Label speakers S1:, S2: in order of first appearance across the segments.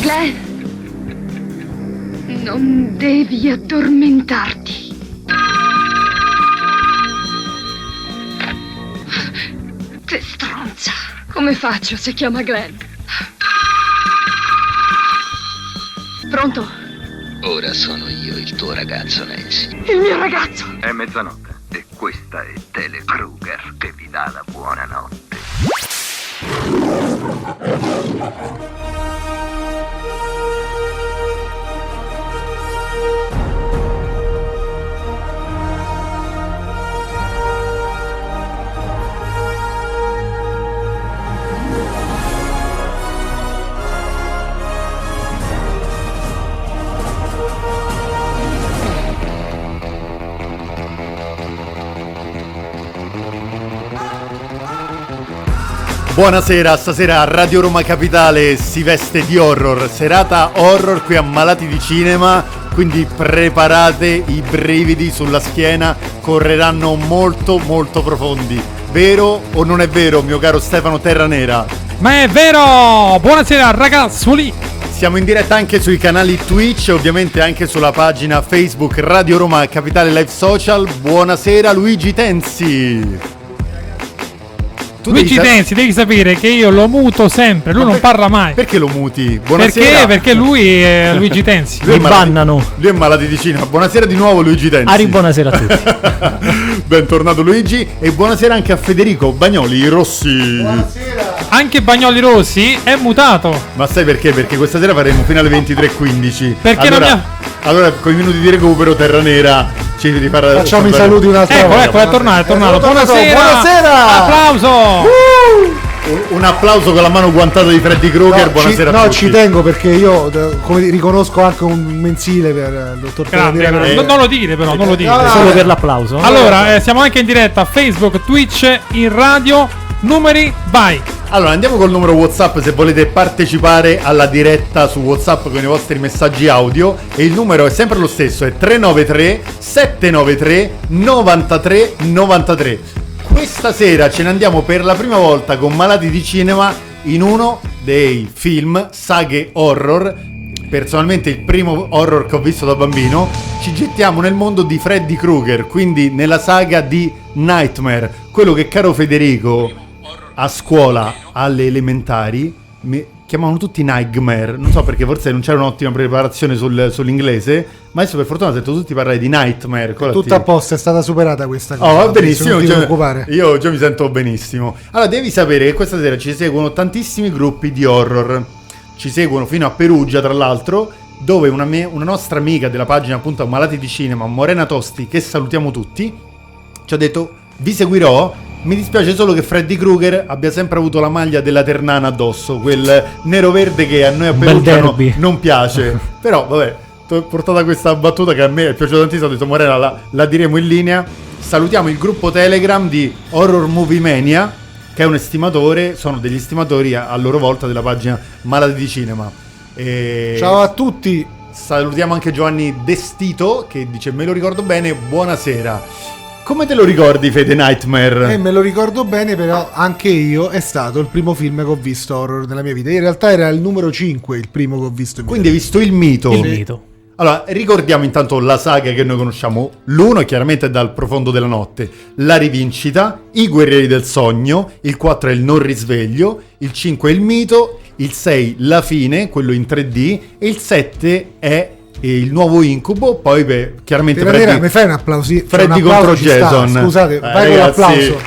S1: Glenn, non devi addormentarti. Che stronza! Come faccio se chiama Glenn? Pronto?
S2: Ora sono io il tuo ragazzo, Nancy.
S1: Il mio ragazzo!
S2: È mezzanotte e questa è Tele Kruger che vi dà la buonanotte.
S3: Buonasera, stasera a Radio Roma Capitale si veste di horror, serata horror qui a Malati di Cinema, quindi preparate i brividi sulla schiena, correranno molto molto profondi. Vero o non è vero, mio caro Stefano Terranera?
S4: Ma è vero! Buonasera ragazzoli!
S3: Siamo in diretta anche sui canali Twitch e ovviamente anche sulla pagina Facebook Radio Roma Capitale Live Social. Buonasera Luigi Tensi. Tu devi
S4: Luigi
S3: sa-
S4: Denzi, devi sapere che io lo muto sempre, lui
S3: Ma
S4: non
S3: per-
S4: parla mai.
S3: Perché lo muti? Buonasera.
S4: Perché? Perché lui è Luigi Tensi.
S3: Lui è
S5: Mi
S3: malati-
S5: bannano.
S3: Lui è malato di Cina. Buonasera di nuovo Luigi Denzi.
S5: Ari, buonasera a tutti.
S3: Bentornato Luigi e buonasera anche a Federico Bagnoli Rossi.
S4: Anche Bagnoli Rossi è mutato.
S3: Ma sai perché? Perché questa sera faremo fino alle 23.15.
S4: Perché
S3: allora,
S4: non abbiamo-
S3: allora con i minuti di recupero Terra Nera ci rifarà
S6: Facciamo i saluti un'altra
S4: Ecco,
S6: volta.
S4: ecco, è tornato, è tornato.
S6: È tornato,
S4: Buonasera!
S6: buonasera! Uh,
S4: Applauso!
S3: Un- Un applauso con la mano guantata di Freddy Krueger.
S6: No,
S3: buonasera
S6: ci,
S3: a
S6: no,
S3: tutti.
S6: ci tengo perché io eh, come dire, riconosco anche un mensile per eh, il dottor
S4: Grande,
S6: Ferrandina.
S4: grande.
S3: Eh.
S4: Non- Non lo dire però, non lo dire.
S6: No, no.
S5: Solo per l'applauso.
S4: Allora, eh, siamo anche in diretta a Facebook, Twitch, in radio, numeri, vai.
S3: Allora andiamo col numero WhatsApp se volete partecipare alla diretta su WhatsApp con i vostri messaggi audio e il numero è sempre lo stesso, è 393 793 93 93. Questa sera ce ne andiamo per la prima volta con Malati di Cinema in uno dei film saghe horror. Personalmente il primo horror che ho visto da bambino, ci gettiamo nel mondo di Freddy Krueger, quindi nella saga di Nightmare, quello che caro Federico a scuola, alle elementari, mi chiamavano tutti Nightmare. Non so perché, forse non c'era un'ottima preparazione sul- sull'inglese. Ma adesso, per fortuna, ho sentito tutti parlare di Nightmare. con la
S6: Tutto a
S3: T.
S6: posto, è stata superata questa cosa.
S3: Oh, va
S6: quindi
S3: benissimo.
S6: Non ti
S3: già-
S6: preoccupare.
S3: io già mi sento benissimo. Allora, devi sapere che questa sera ci seguono tantissimi gruppi di horror. Ci seguono fino a Perugia, tra l'altro, dove una, me- una nostra amica della pagina, appunto, Malati di Cinema, Morena Tosti, che salutiamo tutti, ci ha detto: Vi seguirò. Mi dispiace solo che Freddy Krueger abbia sempre avuto la maglia della Ternana addosso, quel nero-verde che a noi a
S5: Un bel
S3: Perugia no-
S5: derby.
S3: non piace. Però, vabbè, t'ho portata questa battuta che a me è piaciuta tantissimo. Ho detto, Morena, la, la diremo in linea. Salutiamo il gruppo Telegram di Horror Movie Mania, che è un estimatore, sono degli estimatori a, a loro volta della pagina Malati di Cinema. E
S6: Ciao a tutti.
S3: Salutiamo anche Giovanni Destito, che dice, me lo ricordo bene, buonasera. Come te lo ricordi, Fede Nightmare?
S6: E me lo ricordo bene, però anche io è stato il primo film che ho visto horror nella mia vita. In realtà era il numero 5 il primo che ho visto. in
S3: Quindi hai visto il mito.
S5: Il mito.
S3: Allora, ricordiamo intanto la saga che noi conosciamo, l'uno chiaramente è dal profondo della notte, la rivincita, i guerrieri del sogno, il 4 è il non risveglio, il 5 è il mito, il 6 la fine, quello in 3D, e il 7 è eh, il nuovo incubo, poi beh, chiaramente
S6: Tela nera,
S3: Freddy,
S6: mi fai un applausi?
S3: Freddy
S6: un applauso
S3: contro
S6: ci sta.
S3: Jason.
S6: Scusate,
S3: Eh,
S6: vai con
S3: ragazzi.
S6: l'applauso.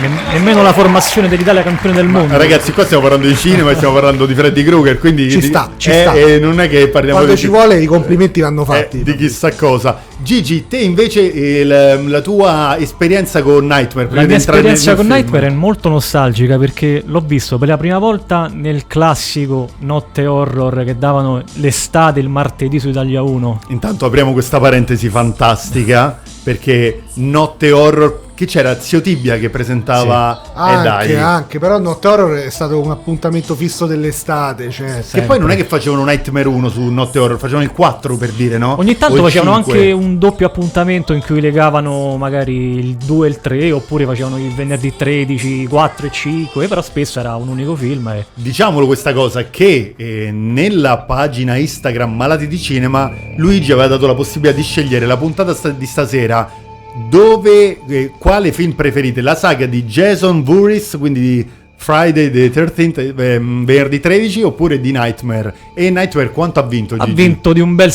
S5: Ne- nemmeno la formazione dell'Italia campione del mondo.
S3: Ragazzi, qua stiamo parlando di cinema, stiamo parlando di Freddy Krueger, quindi
S6: Ci
S3: di-
S6: sta, ci
S3: eh,
S6: sta.
S3: eh, non è che parliamo
S6: Quando
S3: di
S6: ci vuole i complimenti vanno
S3: Eh,
S6: fatti.
S3: di chissà cosa. Gigi, te invece il- ehm, la tua esperienza con Nightmare. prima
S5: La
S3: di
S5: mia
S3: entrare
S5: esperienza
S3: nel-
S5: con
S3: nel film.
S5: Nightmare è molto nostalgica perché l'ho visto per la prima volta nel classico notte horror che davano l'estate, il martedì su Italia 1.
S3: Intanto apriamo questa parentesi fantastica perché notte horror Che c'era zio Tibia che presentava
S5: Ah,
S3: E
S6: Anche,
S3: dai.
S6: anche, però Notte Horror è stato un appuntamento fisso dell'estate, cioè...
S3: Che poi non è che facevano Nightmare 1 su Notte Horror, facevano il 4 per dire, no?
S5: Ogni tanto
S3: O il
S5: facevano
S3: 5.
S5: anche un doppio appuntamento in cui legavano magari il 2 e il 3, oppure facevano il venerdì 13, 4 e 5, però spesso era un unico film. E...
S3: Diciamolo questa cosa, che eh, nella pagina Instagram Malati di Cinema Luigi aveva dato la possibilità di scegliere la puntata sta- di stasera dove, eh, quale film preferite, la saga di Jason Voorhees, quindi di Friday the 13th, eh, ehm, venerdì 13 oppure di Nightmare. E Nightmare quanto ha vinto?
S5: Ha
S3: Gigi?
S5: vinto di un bel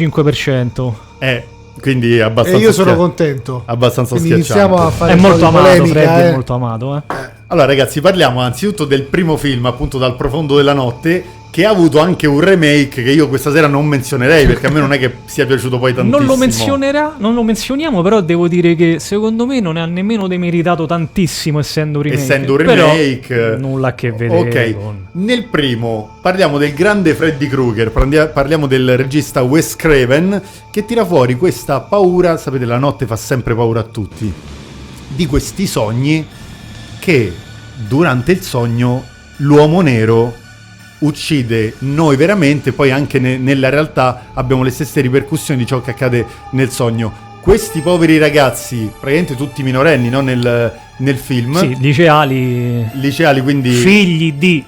S5: 65%.
S3: Eh, quindi è abbastanza...
S6: E io sono
S3: schia-
S6: contento.
S3: Abbastanza
S6: Quindi
S3: schiacciante.
S6: iniziamo a fare
S5: È
S6: un po'
S5: molto
S6: di
S5: amato,
S6: polemica,
S5: Freddy
S6: eh.
S5: è molto amato, eh.
S3: Allora ragazzi, parliamo anzitutto del primo film, appunto dal profondo della notte, che ha avuto anche un remake che io questa sera non menzionerei perché a me non è che sia piaciuto poi tantissimo.
S5: Non lo menzionerà, non lo menzioniamo, però devo dire che secondo me non ha nemmeno demeritato tantissimo essendo un remake.
S3: Essendo un
S5: Però
S3: remake,
S5: nulla a che vedere
S3: Ok,
S5: con
S3: nel primo parliamo del grande Freddy Krueger, parlia- parliamo del regista Wes Craven che tira fuori questa paura, sapete la notte fa sempre paura a tutti, di questi sogni che durante il sogno l'uomo nero uccide noi veramente, poi anche ne- nella realtà abbiamo le stesse ripercussioni di ciò che accade nel sogno. Questi poveri ragazzi, praticamente tutti minorenni no, nel, nel film,
S5: sì, liceali
S3: liceali quindi...
S5: figli di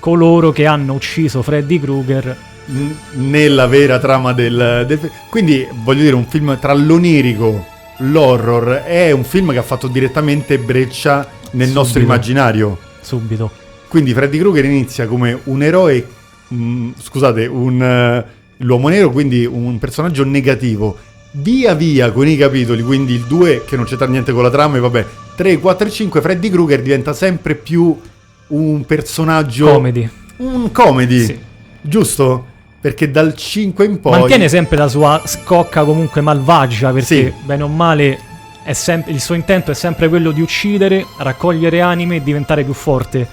S5: coloro che hanno ucciso Freddy Krueger.
S3: n- nella vera trama del, del fi- quindi voglio dire un film tra l'onirico l'horror è un film che ha fatto direttamente breccia nel
S5: Subito.
S3: nostro immaginario
S5: Subito.
S3: quindi Freddy Krueger inizia come un eroe mm, scusate un eh, l'uomo nero quindi un personaggio negativo via via con i capitoli quindi il 2 che non c'entra niente con la trama e vabbè 3 4 e 5 Freddy Krueger diventa sempre più un personaggio
S5: Comedy.
S3: un comedy,
S5: Sì.
S3: giusto? Perché dal 5 in poi
S5: Mantiene sempre la sua scocca comunque malvagia perché
S3: Sì.
S5: bene o male è sem- il suo intento è sempre quello di uccidere, raccogliere anime e diventare più forte.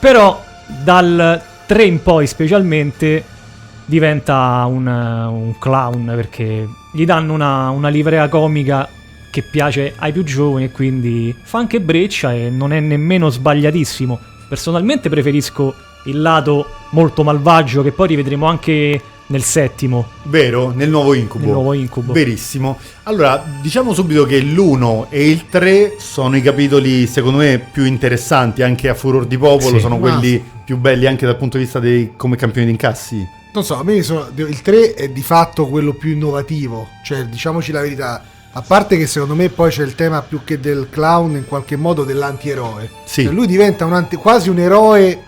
S5: Però dal 3 in poi specialmente diventa un, eh, un clown perché gli danno una, una livrea comica che piace ai più giovani e quindi fa anche breccia e non è nemmeno sbagliatissimo. Personalmente preferisco il lato molto malvagio che poi rivedremo anche nel settimo,
S3: vero nel nuovo incubo.
S5: nel nuovo incubo.
S3: Verissimo. Allora, diciamo subito che l'1 e il 3 sono i capitoli secondo me più interessanti anche a furor di popolo,
S5: Sì.
S3: sono
S6: Ma-
S3: quelli più belli anche dal punto di vista dei come campioni di incassi.
S6: Non so, a me sono- il 3 è di fatto quello più innovativo, cioè diciamoci la verità, a parte che secondo me poi c'è il tema più che del clown in qualche modo dell'antieroe.
S3: Sì.
S6: Cioè, lui diventa un anti- quasi un eroe,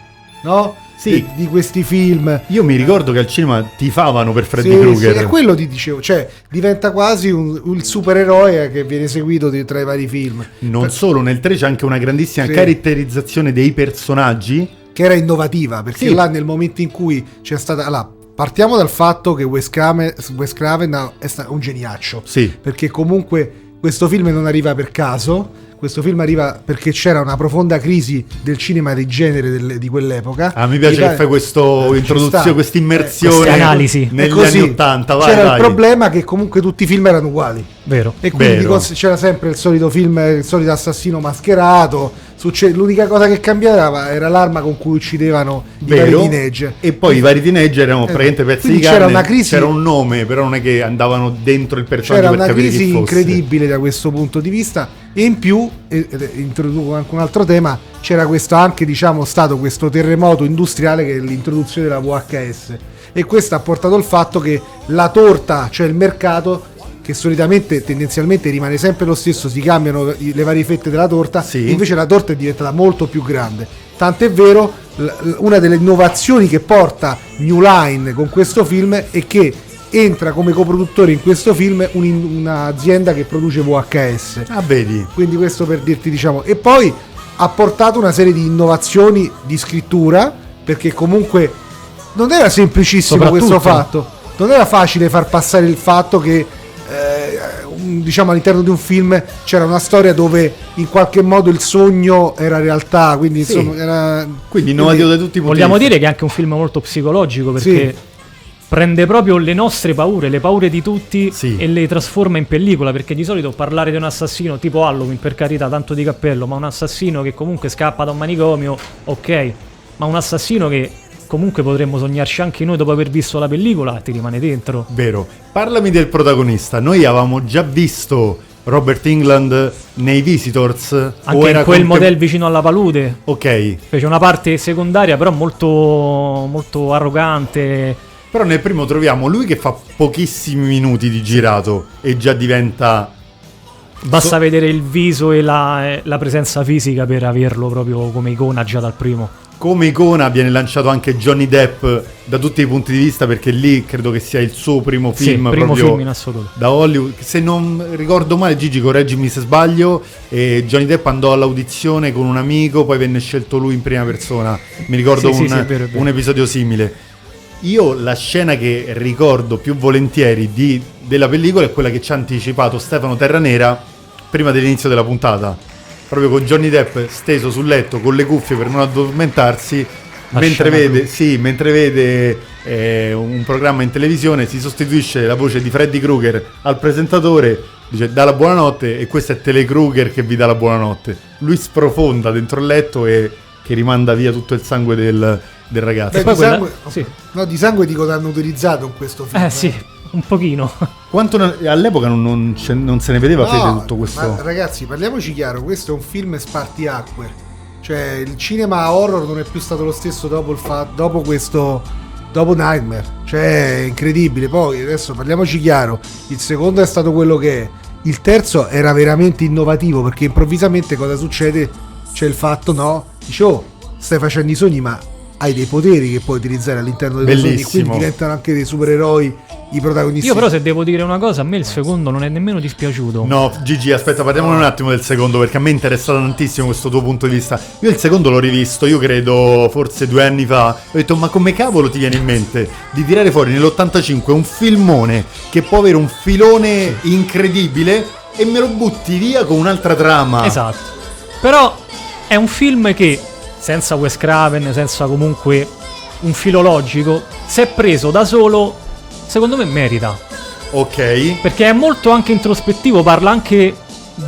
S6: no?
S3: Sì.
S6: Di, di questi film.
S3: Io mi ricordo che al cinema tifavano per Freddy
S6: Sì,
S3: Krueger.
S6: sì, è quello ti dicevo, cioè diventa quasi un, un supereroe che viene seguito di- tra i vari film,
S3: non solo, nel 3 c'è anche una grandissima
S6: Sì.
S3: caratterizzazione dei personaggi.
S6: che era innovativa, perché
S3: Sì.
S6: là nel momento in cui c'è stata... Là, partiamo dal fatto che Wes Craven, Wes Craven ha- è sta- un geniaccio.
S3: Sì.
S6: perché comunque questo film non arriva per caso. Questo film arriva perché c'era una profonda crisi del cinema di genere del- di quell'epoca.
S3: Ah, mi piace
S6: L'Italia-
S3: che fai questo
S6: Eh, ci
S3: introduzione,
S6: sta.
S3: questa immersione.
S5: Queste analisi.
S6: Eh, è
S3: Negli
S6: così.
S3: anni 80, vai,
S6: C'era
S3: vai.
S6: il problema che comunque tutti i film erano uguali.
S5: Vero.
S6: E quindi
S3: Vero.
S6: cons- c'era sempre il solito film, il solito assassino mascherato. succe- l'unica cosa che cambiava era l'arma con cui uccidevano i
S3: Vero.
S6: vari teenager.
S3: E poi i vari teenager erano
S6: Eh,
S3: praticamente pezzi
S6: quindi
S3: di
S6: c'era
S3: carne.
S6: una crisi-
S3: C'era un nome, però non è che andavano dentro il personaggio
S6: C'era
S3: per
S6: una
S3: capire
S6: crisi
S3: chi fosse.
S6: incredibile da questo punto di vista e in più, e- ed è- introduco anche un altro tema, c'era questo anche diciamo stato questo terremoto industriale che è l'introduzione della VHS e questo ha portato al fatto che la torta, cioè il mercato che solitamente tendenzialmente rimane sempre lo stesso, si cambiano i- le varie fette della torta,
S3: Sì.
S6: invece la torta è diventata molto più grande. Tant'è vero, l- l- una delle innovazioni che porta New Line con questo film è che entra come coproduttore in questo film un- un'azienda che produce VHS.
S3: Ah, vedi.
S6: Quindi questo per dirti, diciamo, e poi ha portato una serie di innovazioni di scrittura, perché comunque non era semplicissimo questo
S5: Soprattutto-
S6: fatto. Non era facile far passare il fatto che eh, un- diciamo all'interno di un film c'era una storia dove in qualche modo il sogno era realtà, quindi
S3: Sì.
S6: insomma era
S3: Quindi innovativo da tutti i punti
S5: Vogliamo
S3: di
S5: dire che è anche un film molto psicologico
S6: Sì.
S5: perché prende proprio le nostre paure, le paure di tutti
S3: Sì.
S5: e le trasforma in pellicola, perché di solito parlare di un assassino tipo Halloween, per carità, tanto di cappello, ma un assassino che comunque scappa da un manicomio, ok, ma un assassino che comunque potremmo sognarci anche noi dopo aver visto la pellicola, ti rimane dentro.
S3: Vero. Parlami del protagonista. Noi avevamo già visto Robert England nei Visitors. o
S5: Anche in
S3: era
S5: quel
S3: contem-
S5: modello vicino alla palude,
S3: Ok.
S5: fece una parte secondaria però molto, molto arrogante,
S3: Però nel primo troviamo lui che fa pochissimi minuti di girato e già diventa...
S5: Basta
S3: So-
S5: vedere il viso e la, eh, la presenza fisica per averlo proprio come icona già dal primo.
S3: Come icona viene lanciato anche Johnny Depp da tutti i punti di vista perché lì credo che sia il suo primo
S5: Sì,
S3: film
S5: primo
S3: proprio
S5: film in assoluto.
S3: da Hollywood. Se non ricordo male, Gigi, correggimi se sbaglio, eh, Johnny Depp andò all'audizione con un amico, poi venne scelto lui in prima persona. Mi ricordo
S5: Sì, sì,
S3: un,
S5: sì, è vero, è vero.
S3: un episodio simile. Io la scena che ricordo più volentieri di- della pellicola è quella che ci ha anticipato Stefano Terranera prima dell'inizio della puntata. Proprio con Johnny Depp steso sul letto con le cuffie per non addormentarsi,
S5: La
S3: mentre
S5: scena
S3: vede, sì, mentre vede eh, un programma in televisione si sostituisce la voce di Freddy Krueger al presentatore, dice dà la buonanotte e questo è Tele Krueger che vi dà la buonanotte. Lui sprofonda dentro il letto e che rimanda via tutto il sangue del, del ragazzo.
S6: Beh,
S5: poi
S6: di,
S5: quella-
S6: sangue,
S5: sì.
S6: no, di sangue dico l'hanno utilizzato in questo film.
S5: Eh sì, un pochino.
S3: Quanto non- all'epoca non, non ce- non se ne vedeva fede tutto questo.
S6: ma ragazzi, parliamoci chiaro, questo è un film spartiacque. Cioè, il cinema horror non è più stato lo stesso dopo, il fa- dopo questo dopo Nightmare. Cioè, è incredibile. Poi adesso parliamoci chiaro, il secondo è stato quello che è. Il terzo era veramente innovativo perché improvvisamente cosa succede? C'è il fatto, no? Dice, oh, stai facendo i sogni, ma hai dei poteri che puoi utilizzare all'interno dei tuoi sogni.
S3: Bellissimo.
S6: Quindi diventano anche dei supereroi, i protagonisti.
S5: Io però se devo dire una cosa, a me il secondo non è nemmeno dispiaciuto.
S3: No, Gigi, aspetta, parliamo un attimo del secondo perché a me interessa tantissimo questo tuo punto di vista. Io il secondo l'ho rivisto, io credo forse due anni fa. Ho detto, ma come cavolo ti viene in mente di tirare fuori nell'85 un filmone che può avere un filone incredibile e me lo butti via con un'altra trama?
S5: Esatto. Però è un film che, senza Wes Craven, senza comunque un filologico, se è preso da solo, secondo me merita.
S3: Ok.
S5: Perché è molto anche introspettivo, parla anche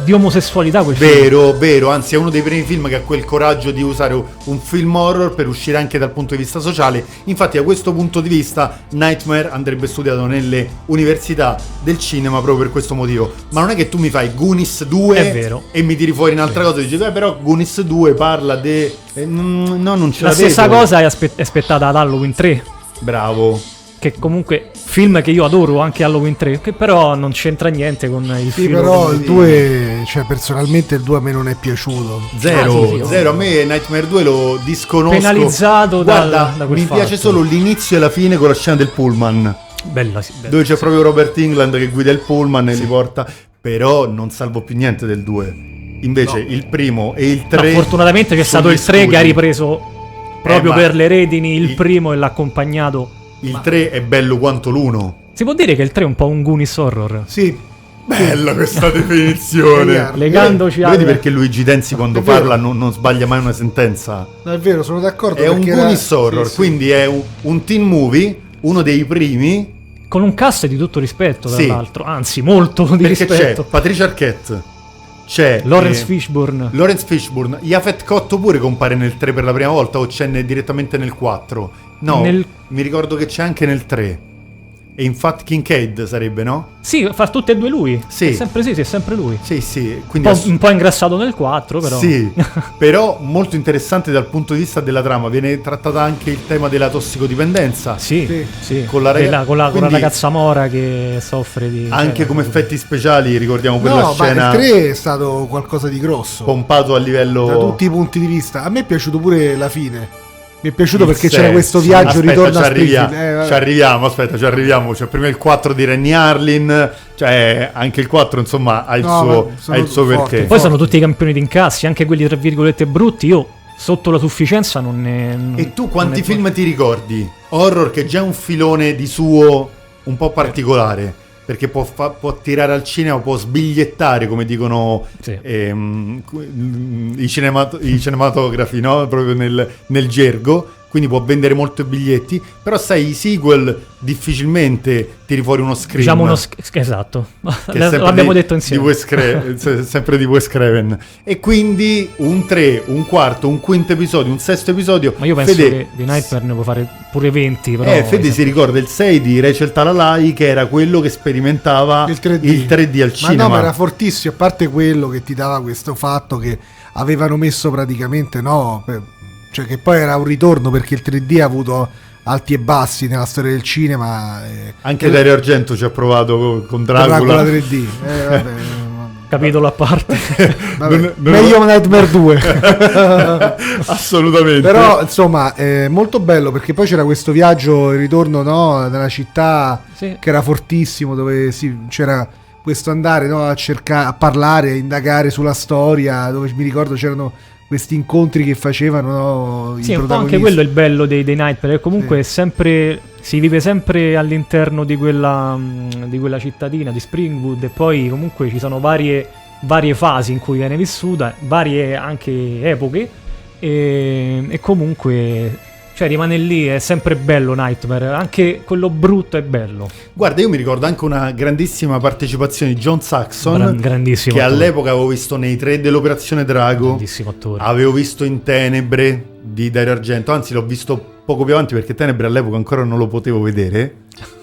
S5: di omosessualità quel film.
S3: Vero, vero, anzi è uno dei primi film che ha quel coraggio di usare un film horror per uscire anche dal punto di vista sociale. Infatti a questo punto di vista Nightmare andrebbe studiato nelle università del cinema proprio per questo motivo. Ma non è che tu mi fai Goonies 2
S5: È vero.
S3: e mi tiri fuori un'altra cosa e dici, beh però Goonies 2 parla di... eh, mm, no, non ce
S5: La
S3: la
S5: stessa
S3: vedo.
S5: cosa è aspe- è aspettata ad Halloween 3.
S3: Bravo.
S5: che comunque film che io adoro anche Halloween 3 che però non c'entra niente con il
S6: Sì,
S5: film
S6: però il 2, cioè personalmente il 2 a me non è piaciuto.
S3: Zero,
S5: Ah, sì, sì,
S3: zero. A me Nightmare 2 lo disconosco.
S5: Penalizzato dal-
S3: Guarda,
S5: da quel
S3: mi piace
S5: fatto.
S3: solo l'inizio e la fine con la scena del pullman.
S5: bella, sì, bella.
S3: dove c'è proprio Robert England che guida il pullman e li porta. Però non salvo più niente del 2. Invece il primo e il
S5: No,
S3: 3.
S5: fortunatamente c'è stato il 3 che ha ripreso proprio
S3: Eh, ma-
S5: per le redini il
S3: il-
S5: primo e l'ha accompagnato
S3: Il 3 è bello quanto l'1.
S5: si può dire che il 3 è un po' un Goonies horror
S6: Sì,
S3: Bella questa definizione.
S6: Vero.
S5: legandoci al
S3: Vedi perché Luigi Denzi quando
S6: È vero.
S3: parla non, non sbaglia mai una sentenza?
S6: no, è vero, sono d'accordo.
S3: È un
S6: perché
S3: Goonies
S6: era-
S3: horror,
S6: sì, sì.
S3: quindi è un, un teen movie, uno dei primi
S5: con un cast di tutto rispetto tra
S3: Sì.
S5: l'altro anzi molto di
S3: Perché
S5: rispetto
S3: c'è Patricia Arquette, c'è
S5: Lawrence
S3: eh,
S5: Fishburne
S3: Lawrence Fishburne, Jafet Cotto pure compare nel 3 per la prima volta o c'è ne- direttamente nel 4? No,
S5: Nel-
S3: mi ricordo che c'è anche nel 3. E infatti Kincaid sarebbe, no?
S5: sì fa tutte e due lui
S3: Sì.
S5: è sempre sì, sì è sempre lui
S3: Sì, sì,
S5: un
S3: quindi...
S5: po',
S3: ass-
S5: un po' ingrassato nel 4 però
S3: Sì, però molto interessante dal punto di vista della trama, viene trattata anche il tema della tossicodipendenza.
S5: Sì,
S6: Sì.
S5: sì.
S3: Con la raga-
S5: Della- con la- con la
S3: quindi-
S5: ragazza mora che soffre di...
S3: Anche
S5: cioè,
S3: come effetti speciali ricordiamo quella
S6: No,
S3: scena
S6: ma il 3 è stato qualcosa di grosso.
S3: pompato a livello...
S6: Da tutti i punti di vista. A me è piaciuto pure la fine. Mi è piaciuto
S3: Il
S6: perché
S3: senso.
S6: c'era questo viaggio
S3: aspetta,
S6: ritorno
S3: ci
S6: a
S3: arrivia-
S6: Springfield. Eh, vabbè.
S3: ci arriviamo, aspetta, ci arriviamo. C'è prima il 4 di Renny Harlin, cioè anche il 4 insomma ha il
S6: No,
S3: suo,
S6: ma sono
S3: ha il suo
S6: forti.
S3: perché.
S5: Poi sono tutti i campioni di incassi, anche quelli tra virgolette brutti. Io sotto la sufficienza non ne... non-
S3: E tu
S5: Mm. non
S3: quanti
S5: ne-
S3: film ti ricordi? Horror che è già un filone di suo un po' particolare, perché può, fa- può tirare al cinema, può sbigliettare come dicono
S5: Sì.
S3: ehm, que- i, cinemato- i cinematografi, no? proprio nel, nel gergo. quindi può vendere molti biglietti, però sai i sequel difficilmente tiri fuori uno screen.
S5: Diciamo uno sch- sch- esatto.
S3: che è
S5: L-
S3: sempre
S5: L'abbiamo
S3: di-
S5: detto insieme.
S3: di Wes Cra- se- sempre di Wes Craven. E quindi un 3, un quarto, un quinto episodio, un sesto episodio.
S5: Ma io penso
S3: Fede-
S5: che The Nightmare ne può fare pure 20, però... esatto.
S3: eh, Fede si ricorda il 6 di Rachel Talalai che era quello che sperimentava
S6: il 3D,
S3: Ah, il 3D al cinema.
S6: Ma no, ma era fortissimo, a parte quello che ti dava questo fatto che avevano messo praticamente, no, per- cioè che poi era un ritorno perché il 3D ha avuto alti e bassi nella storia del cinema. eh,
S3: Anche
S6: e-
S3: Dario Argento ci ha provato co- con Dracula.
S6: Dracula 3D. eh, vabbè,
S5: Capitolo a parte.
S6: vabbè.
S3: Non- non-
S6: Meglio Nightmare 2.
S3: Assolutamente.
S6: Però insomma, eh, molto bello perché poi c'era questo viaggio, il ritorno no, nella città
S5: Sì.
S6: che era fortissimo, dove sì, c'era questo andare no, a cercare, a parlare, a indagare sulla storia, dove mi ricordo c'erano questi incontri che facevano no, i
S5: Sì, un po'
S6: protagonisti.
S5: anche quello è il bello dei, dei Nightmare, che comunque
S6: Sì.
S5: è sempre, si vive sempre all'interno di quella, mh, di quella cittadina, di Springwood, e poi comunque ci sono varie, varie fasi in cui viene vissuta, varie anche epoche, e, e comunque cioè, rimane lì, è sempre bello Nightmare, anche quello brutto è bello,
S3: Guarda, io mi ricordo anche una grandissima partecipazione di John Saxon,
S5: Gran- grandissimo
S3: che
S5: attore.
S3: all'epoca avevo visto nei tre dell'Operazione Drago,
S5: grandissimo attore.
S3: avevo visto in Tenebre di Dario Argento, anzi l'ho visto poco più avanti perché Tenebre all'epoca ancora non lo potevo vedere,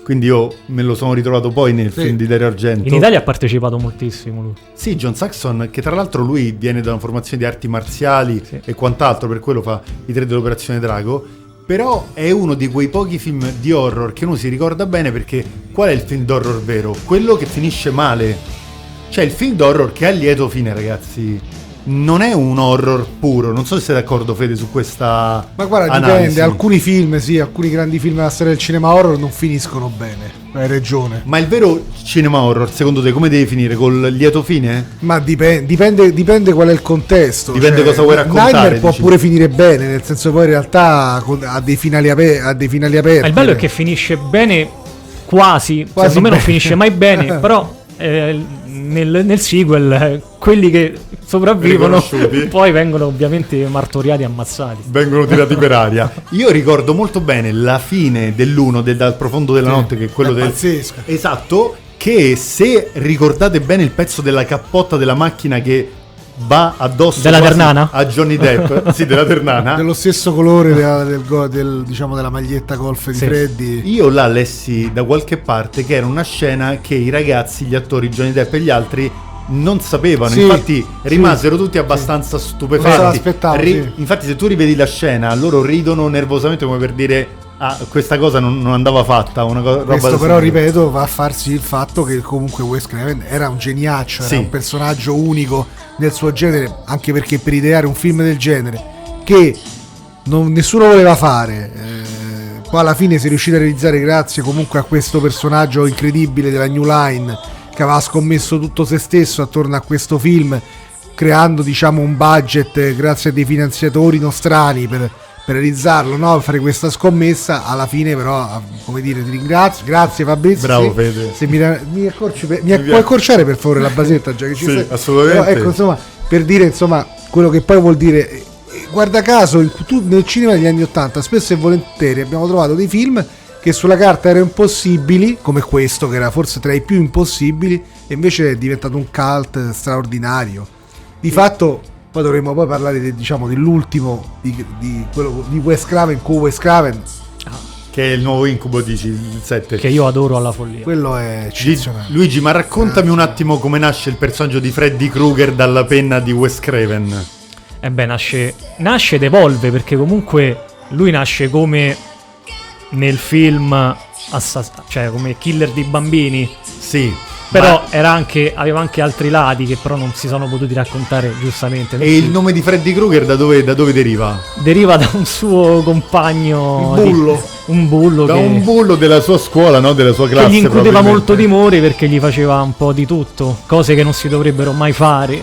S3: quindi io me lo sono ritrovato poi nel
S6: Sì.
S3: film di Dario Argento.
S5: In Italia ha partecipato moltissimo lui.
S3: Sì, John Saxon, che tra l'altro lui viene da una formazione di arti marziali
S5: Sì.
S3: e quant'altro, per quello fa i tre dell'Operazione Drago, però è uno di quei pochi film di horror che uno si ricorda bene perché qual è il film d'horror vero? Quello che finisce male. Cioè il film d'horror che ha lieto fine, ragazzi, non è un horror puro, non so se sei d'accordo Fede su questa
S6: Ma guarda,
S3: analisi.
S6: dipende, alcuni film, sì, alcuni grandi film della storia del cinema horror non finiscono bene, hai ragione.
S3: Ma il vero cinema horror, secondo te, come deve finire? Col lieto fine?
S6: Ma dipen- dipende, dipende qual è il contesto. cioè,
S3: Dipende cosa vuoi raccontare,
S6: Nightmare può
S3: dici.
S6: pure finire bene, nel senso poi in realtà con- ha dei finali, ape- ha dei finali aperti.
S5: Ma il bello è che finisce bene
S6: Quasi
S5: quasi, secondo me non
S6: bene.
S5: finisce mai bene, però eh, nel, nel sequel eh, quelli che sopravvivono
S3: Riconosciuti.
S5: poi vengono ovviamente martoriati e ammazzati.
S3: vengono tirati per aria. Io ricordo molto bene la fine dell'uno del, dal profondo della notte, che è quello
S6: è
S3: del.
S6: pazzesco.
S3: Esatto. Che se ricordate bene il pezzo della cappotta della macchina che va addosso
S5: Della
S3: quasi
S5: Ternana?
S3: a Johnny Depp, sì, della Ternana.
S6: dello stesso colore della, del go- del- diciamo, della maglietta golf di
S5: Sì.
S6: Freddy.
S3: Io là lessi da qualche parte che era una scena che i ragazzi, gli attori Johnny Depp e gli altri non sapevano,
S6: Sì,
S3: infatti
S6: sì,
S3: rimasero tutti abbastanza
S6: Non se
S3: stupefatti.
S6: l'aspettavo, sì.
S3: Infatti se tu rivedi la scena, loro ridono nervosamente come per dire "Ah, questa cosa non, non andava fatta", una co- roba
S6: Questo
S3: del
S6: però,
S3: genere.
S6: ripeto, va a farsi il fatto che comunque Wes Craven era un geniaccio,
S3: Sì.
S6: era un personaggio unico nel suo genere, anche perché per ideare un film del genere che non- nessuno voleva fare, eh, poi alla fine si è riuscito a realizzare grazie comunque a questo personaggio incredibile della New Line che aveva scommesso tutto se stesso attorno a questo film, creando diciamo un budget eh, grazie a dei finanziatori nostrani per, per realizzarlo, no? fare questa scommessa, alla fine però, ah, come dire, ti ringrazio, grazie Fabrizio.
S3: Bravo,
S6: sì.
S3: Fede.
S6: Se mi, da- mi accorci, per- mi
S3: Mi
S6: puoi
S3: piace.
S6: accorciare per favore la basetta già che ci
S3: Sì,
S6: sei?
S3: assolutamente.
S6: Però, ecco, insomma, per dire insomma quello che poi vuol dire. eh, eh, Guarda caso, in- tu- nel cinema degli anni Ottanta spesso e volentieri abbiamo trovato dei film che sulla carta erano impossibili, come questo che era forse tra i più impossibili, e invece è diventato un cult straordinario. Di fatto, poi dovremmo poi parlare de- diciamo dell'ultimo di, di quello di Wes Craven con Wes Craven,
S3: Che è il nuovo incubo dici, il 7.
S5: Che io adoro alla follia.
S6: quello è
S3: Gi-
S6: eccezionale.
S3: Luigi, ma raccontami un attimo come nasce il personaggio di Freddy Krueger dalla penna di Wes Craven.
S5: E Eh beh, nasce, nasce ed evolve perché comunque lui nasce come nel film, assass- cioè come killer di bambini.
S3: Sì.
S5: Però
S3: ma-
S5: era anche, aveva anche altri lati che però non si sono potuti raccontare giustamente.
S3: E il
S5: Tutti-
S3: nome di Freddy Krueger da dove- da dove deriva?
S5: deriva da un suo compagno
S3: Un bullo.
S5: di- un bullo
S3: da
S5: che,
S3: un bullo della sua scuola, no? della sua
S5: che
S3: classe.
S5: gli incuteva
S3: probabilmente.
S5: molto timore perché gli faceva un po' di tutto cose che non si dovrebbero mai fare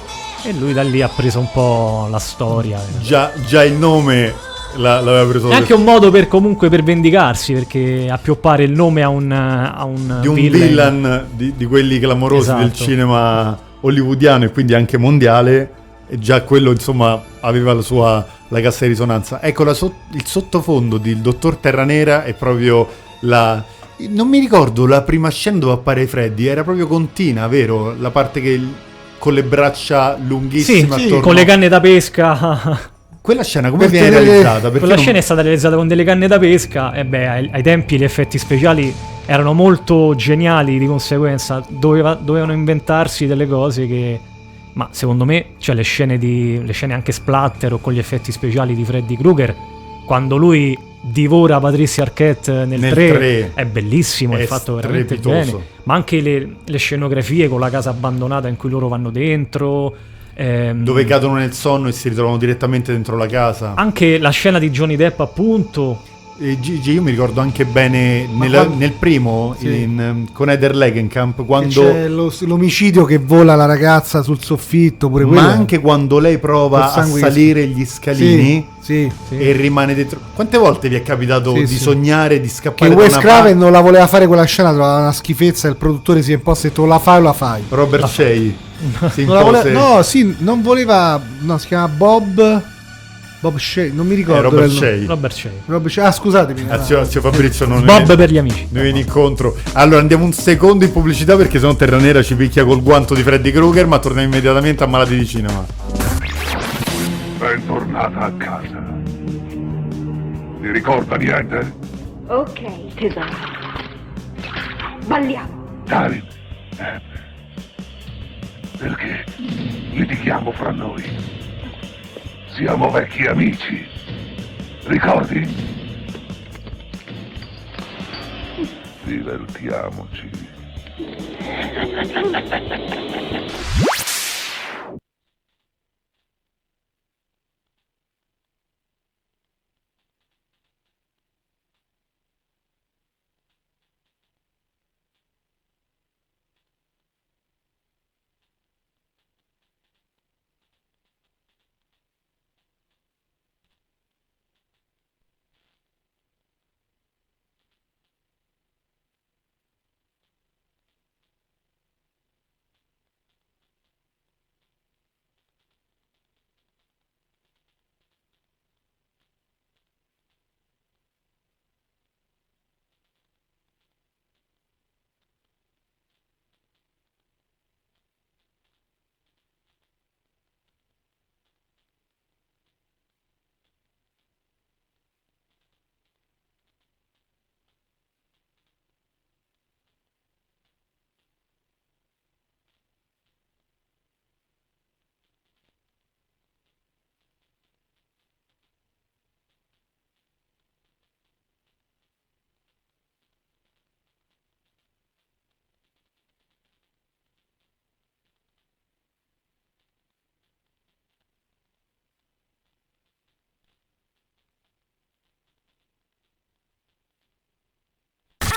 S5: e lui da lì ha preso un po' la storia
S3: Già, già il nome la- l'aveva preso
S5: è anche un modo per comunque per vendicarsi perché appioppare il nome a un, a un
S3: di un
S5: villain.
S3: villain, di, di quelli clamorosi del
S5: Esatto.
S3: cinema hollywoodiano e quindi anche mondiale. E già quello, insomma, aveva la sua la cassa di risonanza. Ecco, la so- il sottofondo del Dottor Terranera è proprio la... Non mi ricordo la prima scena dove appare Freddy, era proprio Contina, vero? La parte che il- con le braccia
S5: Sì,
S3: lunghissime
S5: sì,
S3: attorno...
S5: con le canne da pesca.
S3: Quella scena come
S6: Per
S3: viene
S6: tenere-
S3: realizzata? Perché
S5: Quella
S3: non-
S5: scena è stata realizzata con delle canne da pesca. E beh, ai, ai tempi gli effetti speciali erano molto geniali, di conseguenza doveva- dovevano inventarsi delle cose che. Ma secondo me, cioè le scene, di, le scene anche splatter o con gli effetti speciali di Freddy Krueger, quando lui divora Patricia Arquette nel,
S3: Nel
S5: 3,
S3: tre.
S5: è bellissimo,
S3: È
S5: è fatto veramente
S3: strepitoso.
S5: bene. Ma anche le, le scenografie con la casa abbandonata in cui loro vanno dentro. ehm,
S3: Dove cadono nel sonno e si ritrovano direttamente dentro la casa.
S6: Ah.
S5: anche la scena di Johnny Depp, appunto,
S3: E Gigi, io mi ricordo anche bene nella-
S6: quando-
S3: nel primo
S6: Sì.
S3: in, ehm, con Eder Legenkamp
S6: E
S3: quando
S6: C'è lo- l'omicidio che vola la ragazza sul soffitto, pure quello.
S3: ma anche quando lei prova
S6: Col
S3: a
S6: sangue che-
S3: salire gli scalini
S6: Sì, sì.
S3: e rimane dentro. Quante volte vi è capitato
S6: Sì,
S3: di
S6: sì.
S3: sognare di
S6: Che
S3: scappare da
S6: Wes
S3: una
S6: Craven
S3: parte?
S6: non la voleva fare quella scena, trovava una schifezza, il produttore si è imposto e ha detto la fai o la fai.
S3: Robert Shea si
S6: Non la
S3: impose
S6: voleva-
S3: eh,
S6: no, sì, non voleva. No, si chiama Bob. Bob Shea, non mi
S3: eh,
S6: ricordo.
S3: Robert
S6: il nome.
S3: Shea.
S5: Robert Shea.
S6: Rob Shea- Ah, scusatemi.
S3: Ah,
S6: no.
S3: zio- zio Fabrizio non
S5: Bob
S3: viene-
S5: per gli amici.
S3: Noi vieni incontro. Allora andiamo un secondo in pubblicità perché sennò Terra Nera ci picchia col guanto di Freddy Krueger, ma torniamo immediatamente a Malati di Cinema.
S7: Sei tornata a casa. Ti ricorda niente?
S1: Ok, tesoro. Balliamo.
S7: Dai. Perché litighiamo fra noi? Siamo vecchi amici. Ricordi? Divertiamoci.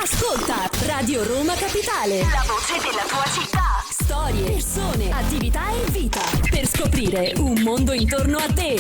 S8: Ascolta Radio Roma Capitale. La voce della tua città. Storie, persone, attività e vita. Per scoprire un mondo intorno a te.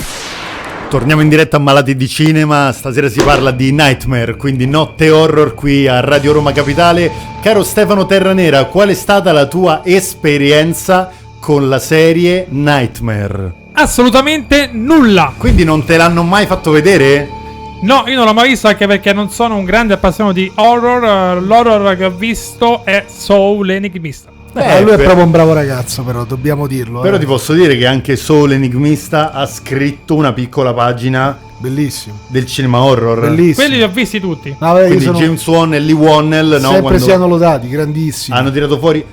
S3: Torniamo in diretta a Malati di Cinema, stasera si parla di Nightmare, quindi notte horror qui a Radio Roma Capitale. Caro Stefano Terranera, qual è stata la tua esperienza con la serie Nightmare?
S4: Assolutamente nulla.
S3: Quindi non te l'hanno mai fatto vedere?
S4: No, io non l'ho mai visto anche perché non sono un grande appassionato di horror. eh, L'horror che ho visto è Soul l'enigmista.
S6: Beh,
S3: Eh,
S6: lui è
S3: per-
S6: proprio un bravo ragazzo, però dobbiamo dirlo.
S3: Però
S6: eh.
S3: ti posso dire che anche Soul Enigmista ha scritto una piccola pagina
S6: Bellissimo.
S3: del cinema horror.
S6: Bellissimo.
S4: Quelli li ho visti tutti.
S6: No, vabbè, io
S3: Quindi
S6: sono-
S3: James Wan e Lee Wannell, no,
S6: sempre
S3: quando-
S6: siano lodati, grandissimi.
S3: hanno tirato fuori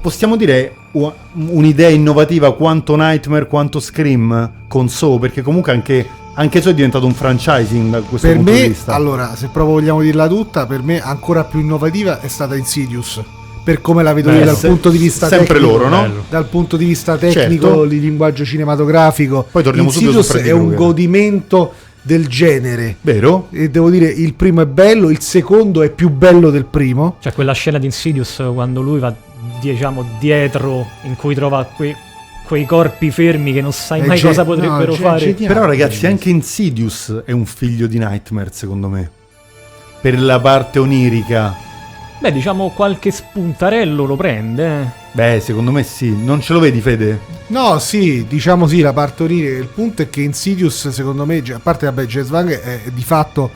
S3: possiamo dire u- un'idea innovativa quanto Nightmare quanto Scream con So perché comunque anche, anche So è diventato un franchising da questo
S6: per
S3: punto di
S6: me,
S3: vista
S6: allora, se proprio vogliamo dirla tutta, per me ancora più innovativa è stata Insidious. Per come la vedo
S3: Beh,
S6: io dal
S3: se-
S6: punto di vista
S3: sempre
S6: tecnico,
S3: loro, no?
S6: Bello. Dal punto di vista tecnico,
S3: Certo.
S6: di linguaggio cinematografico.
S3: Poi torniamo subito su
S6: Insidious
S3: Freddy
S6: è un
S3: Krueger.
S6: godimento del genere.
S3: vero?
S6: E devo dire, il primo è bello, il secondo è più bello del primo.
S5: Cioè quella scena di Insidious eh, quando lui va, diciamo, dietro in cui trova que- quei corpi fermi che non sai
S6: È
S5: mai
S6: ge-
S5: cosa potrebbero
S6: no, è ge-
S5: fare.
S6: geniale.
S3: però ragazzi anche Insidious è un figlio di Nightmare secondo me per la parte onirica
S5: Beh, diciamo qualche spuntarello lo prende. eh.
S3: Beh, secondo me sì. Non ce lo vedi, Fede?
S6: No, sì, diciamo sì, la partorire. Il punto è che Insidious, secondo me, già- a parte vabbè, James Wang è di fatto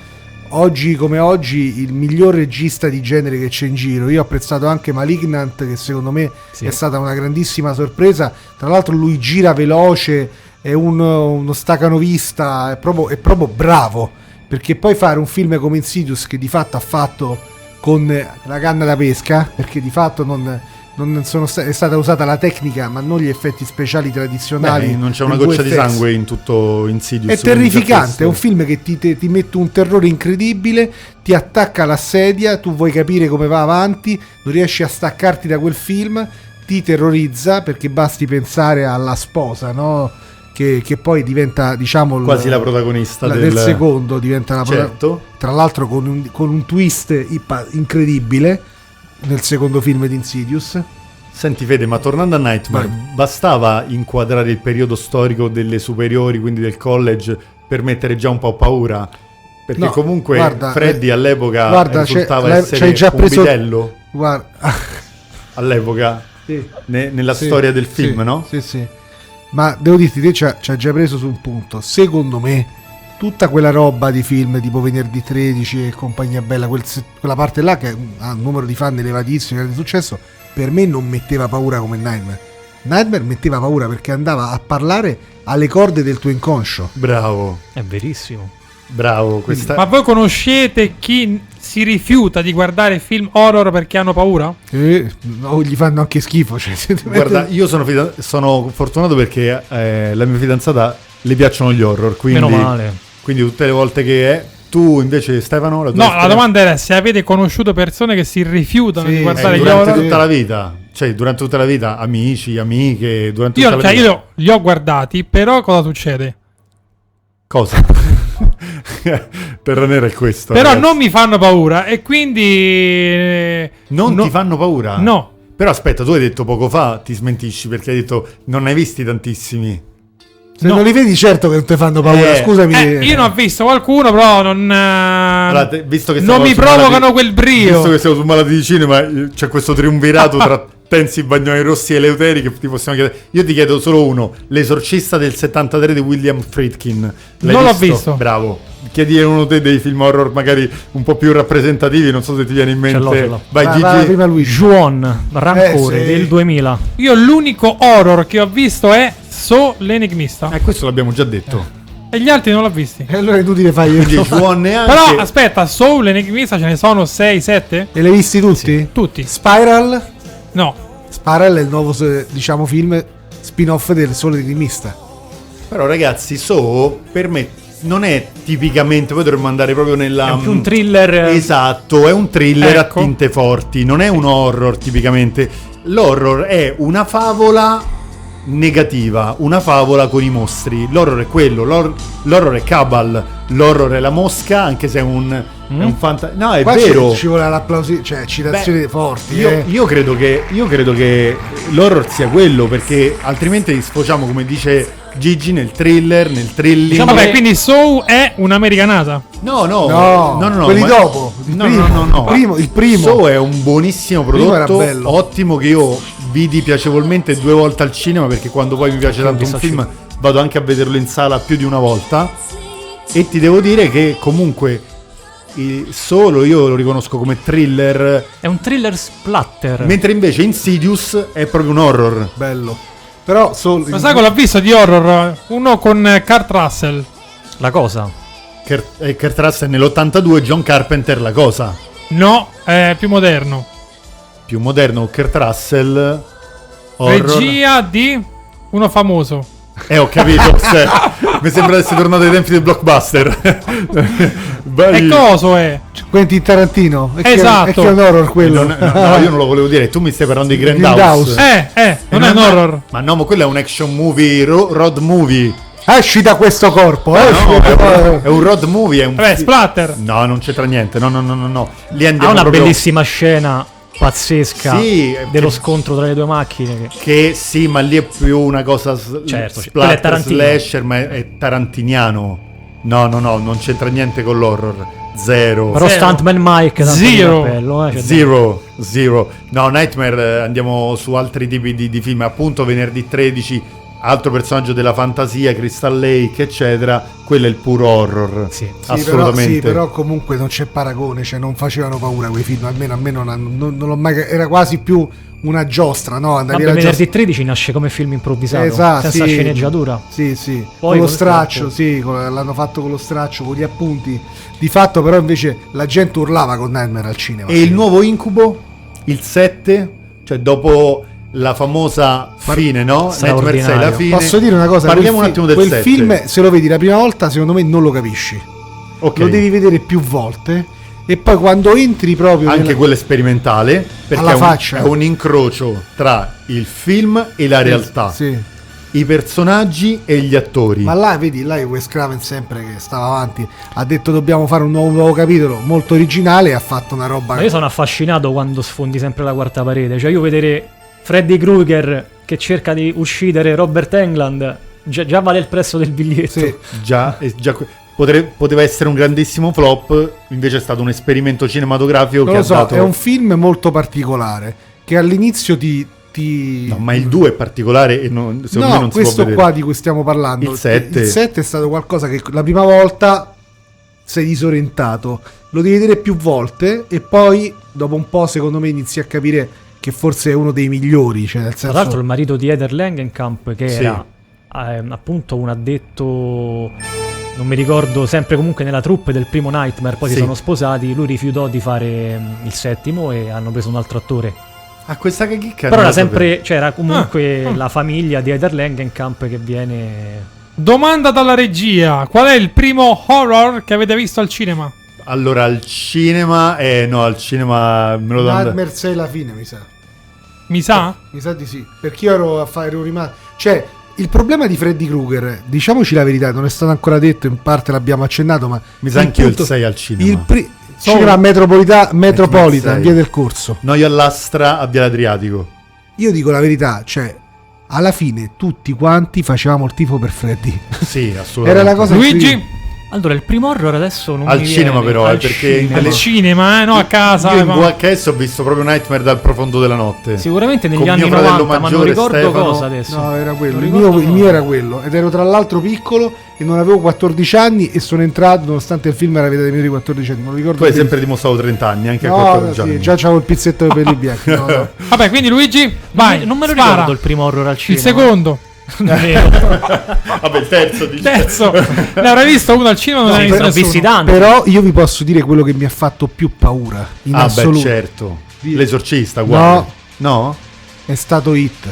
S6: oggi come oggi il miglior regista di genere che c'è in giro. Io ho apprezzato anche Malignant, che secondo me
S5: Sì.
S6: è stata una grandissima sorpresa. Tra l'altro, lui gira veloce, è un- uno stacanovista, è proprio, è proprio bravo. Perché poi fare un film come Insidious, che di fatto ha fatto con eh, la canna da pesca, perché di fatto non, non sono sta- è stata usata la tecnica, ma non gli effetti speciali tradizionali.
S3: Beh, non c'è una
S6: del
S3: goccia di
S6: VFX.
S3: sangue in certo tutto Insidious.
S6: È
S3: quindi già
S6: terrificante, è un
S3: questo.
S6: film che ti, te- ti mette un terrore incredibile, ti attacca alla sedia, tu vuoi capire come va avanti, non riesci a staccarti da quel film, ti terrorizza perché basti pensare alla sposa, no? Che, che poi diventa, diciamo, il-
S3: Quasi la protagonista
S6: la-
S3: del...
S6: del secondo, diventa la prota-
S3: Certo.
S6: tra l'altro con un, con un twist ipa- incredibile nel secondo film di Insidious.
S3: Senti Fede, ma tornando a Nightmare,
S6: Vai.
S3: bastava inquadrare il periodo storico delle superiori, quindi del college, per mettere già un po' paura? Perché
S6: No,
S3: comunque
S6: guarda,
S3: Freddy
S6: eh,
S3: all'epoca
S6: guarda, c'è-
S3: risultava
S6: l'hai-
S3: essere
S6: c'hai già
S3: un
S6: preso-
S3: bidello,
S6: Guarda,
S3: all'epoca,
S6: sì.
S3: ne- nella
S6: Sì,
S3: storia del
S6: sì,
S3: film, no?
S6: Sì, sì. Ma devo dirti, te ci ha- ci ha già preso su un punto. Secondo me, tutta quella roba di film tipo Venerdì 13 e compagnia bella, quel se- quella parte là che ha un numero di fan elevatissimo, grande successo, per me non metteva paura come Nightmare. Nightmare metteva paura perché andava a parlare alle corde del tuo inconscio.
S3: Bravo,
S5: È verissimo.
S3: bravo, questa...
S4: Ma voi conoscete chi si rifiuta di guardare film horror perché hanno paura?
S6: Eh, no, gli fanno anche schifo. Cioè, se ti
S3: Guarda,
S6: metti-
S3: io sono, fida- sono fortunato perché eh, la mia fidanzata le piacciono gli horror, quindi...
S5: Meno male.
S3: Quindi tutte le volte che è... Tu invece Stefano... La tua
S4: No, la
S3: esperienza-
S4: domanda era se avete conosciuto persone che si rifiutano
S6: Sì,
S4: di
S3: Eh,
S4: guardare
S6: sì,
S4: gli
S3: durante
S4: horror.
S3: tutta la vita, cioè durante tutta la vita, amici, amiche, durante tutta la
S4: Io, cioè,
S3: vita.
S4: io li ho- li ho guardati, però cosa succede?
S3: Cosa? Terra nera è questo.
S4: Però
S3: ragazzi.
S4: non mi fanno paura e quindi... eh,
S3: Non
S4: no-
S3: ti fanno paura?
S4: No.
S3: Però aspetta, tu hai detto poco fa, ti smentisci perché hai detto non ne hai visti tantissimi.
S6: se
S4: no.
S6: non li vedi, certo che non ti fanno paura.
S3: Eh,
S6: Scusami,
S4: Eh, io ne ho visto qualcuno, però non... eh,
S3: Allora, te- visto che
S4: non
S3: siamo
S4: mi
S3: su
S4: provocano
S3: malati-
S4: quel brio.
S3: Visto che siamo su malati di cinema, eh, c'è questo triumvirato tra Pensi, Bagnoni Rossi e Leuteri che ti possiamo chiedere. Io ti chiedo solo uno, l'esorcista del 73 di William Friedkin. L'hai
S4: Non l'ho visto.
S3: Bravo. Chiedi uno te dei film horror magari un po' più rappresentativi, non so se ti viene in mente.
S5: l'ho, ce l'ho.
S3: Vai
S6: Va-
S3: Gigi.
S6: va prima lui.
S5: Juon, rancore
S6: Eh, sì.
S5: del 2000.
S4: Io l'unico horror che ho visto è So l'enigmista.
S3: Eh, questo l'abbiamo già detto.
S5: Eh.
S4: E gli altri non l'ho visti.
S6: E allora è inutile fai io.
S3: Quindi Juan neanche.
S4: Però aspetta, So l'enigmista ce ne sono 6, 7?
S6: E l'hai visti tutti?
S4: Tutti.
S6: Spiral?
S4: No.
S6: Spiral è il nuovo se- diciamo film spin-off del Sole di Mista.
S3: Però, ragazzi, So per me non è tipicamente, poi dovremmo andare proprio nella mm,
S5: È più un thriller, eh.
S3: Esatto, è un thriller
S4: Ecco.
S3: a tinte forti, non è un horror tipicamente. L'horror è una favola negativa, una favola con i mostri. L'horror è quello, l'hor- l'horror è Cabal, l'horror è la mosca, anche se è un è
S5: Mm.
S3: un fanta- No, è
S6: Qua ci-
S3: vero.
S6: Ci, vuole l'applauso, cioè citazioni
S3: Beh,
S6: forti.
S3: Io,
S6: eh.
S3: io credo che, io credo che l'horror sia quello, perché altrimenti sfociamo, come dice Gigi, nel thriller, nel thrilling.
S5: Diciamo
S4: Vabbè,
S5: che-
S4: quindi So è un'americanata.
S3: no, no,
S6: No, quelli dopo, il
S3: no,
S6: primo,
S3: no, no, no.
S6: il primo, il primo.
S3: So è un buonissimo
S6: primo era
S3: prodotto,
S6: bello.
S3: ottimo che io vidi piacevolmente due volte al cinema, perché quando poi mi piace tanto un
S5: visto al
S3: film vado anche a vederlo in sala più di una volta. E ti devo dire che comunque eh, solo io lo riconosco come thriller
S5: È un thriller splatter.
S3: Mentre invece Insidious è proprio un horror.
S6: Bello. Però solo
S4: Ma sai che l'ho visto di horror? Uno con eh, Kurt Russell.
S5: La cosa.
S3: Kurt, eh, Kurt Russell nell'82, John Carpenter la cosa.
S4: No, è più moderno.
S3: Più moderno Kurt Russell. Horror.
S4: Regia di uno famoso.
S3: Eh, ho capito. se- mi sembra essere tornato ai tempi del blockbuster. Vai.
S4: E coso è?
S6: Quentin Tarantino. È che-
S4: Esatto.
S6: È che è un horror quello.
S3: Non- no, no, io non lo volevo dire. Tu mi stai parlando di Grand House.
S6: Grindhouse.
S4: Eh, eh, non è un horror.
S3: Ma no, ma quello è un action movie, ro- road movie.
S6: Esci da questo corpo. esci
S3: No,
S6: da-
S3: è,
S5: Eh.
S3: un, è un road movie. È un
S4: Vabbè, splatter.
S3: No, non c'entra niente. No, no, no, no. no. Lì
S5: Ha
S3: andiamo
S5: una
S3: proprio-
S5: bellissima scena pazzesca
S3: Sì, eh,
S5: dello
S3: che-
S5: scontro tra le due macchine. che-
S3: Che sì, ma lì è più una cosa s-
S5: Certo, sì. Quello è
S3: splatter,
S5: Tarantino.
S3: slasher, ma è, è tarantiniano. No, no, no, non c'entra niente con l'horror. Zero.
S5: Però
S4: Zero.
S5: Stuntman Mike tanto
S4: Zero.
S5: di cappello, eh, cioè,
S3: Zero, zero. No, Nightmare eh, andiamo su altri tipi di, di film, appunto venerdì 13, altro personaggio della fantasia, Crystal Lake, eccetera. Quello è il puro horror.
S5: Sì. Sì,
S6: Sì, però,
S3: assolutamente.
S6: sì, però comunque non c'è paragone, cioè non facevano paura quei film, almeno a me non, non- non l'ho mai... Era quasi più una giostra, no? Andavi
S5: Vabbè,
S6: alla
S5: venerdì 13 nasce come film improvvisato,
S6: Esatto,
S5: senza
S6: sì.
S5: sceneggiatura.
S6: Sì, sì.
S5: Poi
S6: con lo
S5: con-
S6: straccio, sì, con- l'hanno fatto con lo straccio, con gli appunti. Di fatto, però, invece la gente urlava con Nightmare al cinema.
S3: E il nuovo incubo? Il 7? Cioè dopo la famosa fine, no? Nightmare 6, la
S5: Straordinario.
S3: fine.
S6: Posso dire una cosa?
S3: Parliamo un
S6: Quel fi-
S3: attimo del
S6: Quel
S3: 7.
S6: film, se lo vedi la prima volta, secondo me non lo capisci.
S3: Ok.
S6: Lo devi vedere più volte. E poi quando entri proprio.
S3: Anche
S6: nella-
S3: quello è sperimentale, perché
S6: Alla
S3: è un,
S6: faccia.
S3: è un incrocio tra il film e la realtà,
S6: Sì.
S3: i personaggi e gli attori.
S6: Ma là vedi, là Wes Craven sempre che stava avanti ha detto dobbiamo fare un nuovo, nuovo capitolo molto originale e ha fatto una roba
S5: Ma io sono affascinato quando sfondi sempre la quarta parete. Cioè, io vedere Freddy Krueger che cerca di uccidere Robert England già, già vale il prezzo del biglietto.
S6: Sì.
S3: Già, eh, già que- potre- poteva essere un grandissimo flop, invece è stato un esperimento cinematografico
S6: Non
S3: che
S6: lo
S3: ha
S6: so,
S3: dato...
S6: è un film molto particolare che all'inizio ti... ti...
S3: No, ma il 2 è particolare e non, secondo
S6: No,
S3: me non si può
S6: questo
S3: vedere.
S6: qua di cui stiamo parlando.
S3: Il sette.
S6: il sette è stato qualcosa che la prima volta sei disorientato. Lo devi vedere più volte e poi dopo un po' secondo me inizi a capire che forse è uno dei migliori. Cioè nel
S5: Tra
S6: senso...
S5: l'altro, il marito di Heather Langenkamp, che
S3: certo. Sì.
S5: era ehm, appunto un addetto, non mi ricordo, sempre comunque nella troupe del primo Nightmare. Poi
S3: Sì.
S5: si sono sposati. Lui rifiutò di fare mm, il settimo e hanno preso un altro attore.
S3: Ah, questa che chicca non
S5: Però era
S3: la sapevo.
S5: sempre, cioè, era comunque
S4: Ah.
S5: la famiglia di Heather Langenkamp che viene.
S4: Domanda dalla regia: Qual è il primo horror che avete visto al cinema?
S3: Allora, al cinema... Eh, no, al cinema... Me lo danno...
S6: Nightmare 6 la fine, mi sa.
S4: Mi sa?
S6: Mi sa di sì, perché io ero a fare un rimasto. Cioè, il problema di Freddy Krueger, diciamoci la verità, non è stato ancora detto, in parte l'abbiamo accennato, ma.
S3: Mi sa anch'io il 6 al cinema.
S6: Il pri-
S3: Solo-
S6: cinema metropolita- Metropolitan,
S3: 6.
S6: via del corso.
S3: Noia all'astra a Via l'Adriatico.
S6: Io dico la verità, cioè, alla fine tutti quanti facevamo il tifo per Freddy.
S3: Sì, assolutamente.
S6: Era la cosa
S4: Luigi?
S6: incredibile.
S5: Allora, il primo horror adesso non
S3: Al
S5: mi
S3: cinema
S5: viene.
S3: però,
S5: Al
S3: eh, perché in
S5: cinema.
S3: tele-
S4: Al cinema, eh? No, a casa.
S3: Io in
S4: ma-
S3: VHS ho visto proprio Nightmare dal profondo della notte.
S5: Sicuramente negli
S3: Con mio
S5: anni
S3: fratello
S5: 90, ma non
S3: maggiore,
S5: ricordo
S3: Stefano.
S5: cosa adesso.
S6: No, era quello.
S5: Non
S6: Il
S5: ricordo
S6: mio, il
S5: cosa.
S6: mio era quello. Ed ero tra l'altro piccolo e non avevo 14 anni e sono entrato, nonostante il film era venuto dei miei 14 anni. Non ricordo
S3: Tu hai
S6: benissimo.
S3: sempre dimostrato 30 anni, anche a
S6: No,
S3: 14
S6: no,
S3: anni.
S6: sì, già c'avevo il pizzetto dei peli bianchi. No, no.
S4: Vabbè, quindi Luigi, vai.
S5: non me lo
S4: spara.
S5: ricordo il primo horror al
S4: Il
S5: cinema.
S4: secondo.
S3: Vabbè, il terzo Ah, di...
S4: Il terzo. ne avrai visto uno al cinema? Non ne
S5: No,
S4: hai
S5: ne
S4: visto
S5: ho
S4: nessuno.
S5: visti tanti.
S6: Però io vi posso dire quello che mi ha fatto più paura in
S3: ah,
S6: assoluto.
S3: beh, certo.
S6: Di-
S3: L'esorcista, guarda. No?
S6: È stato Hit.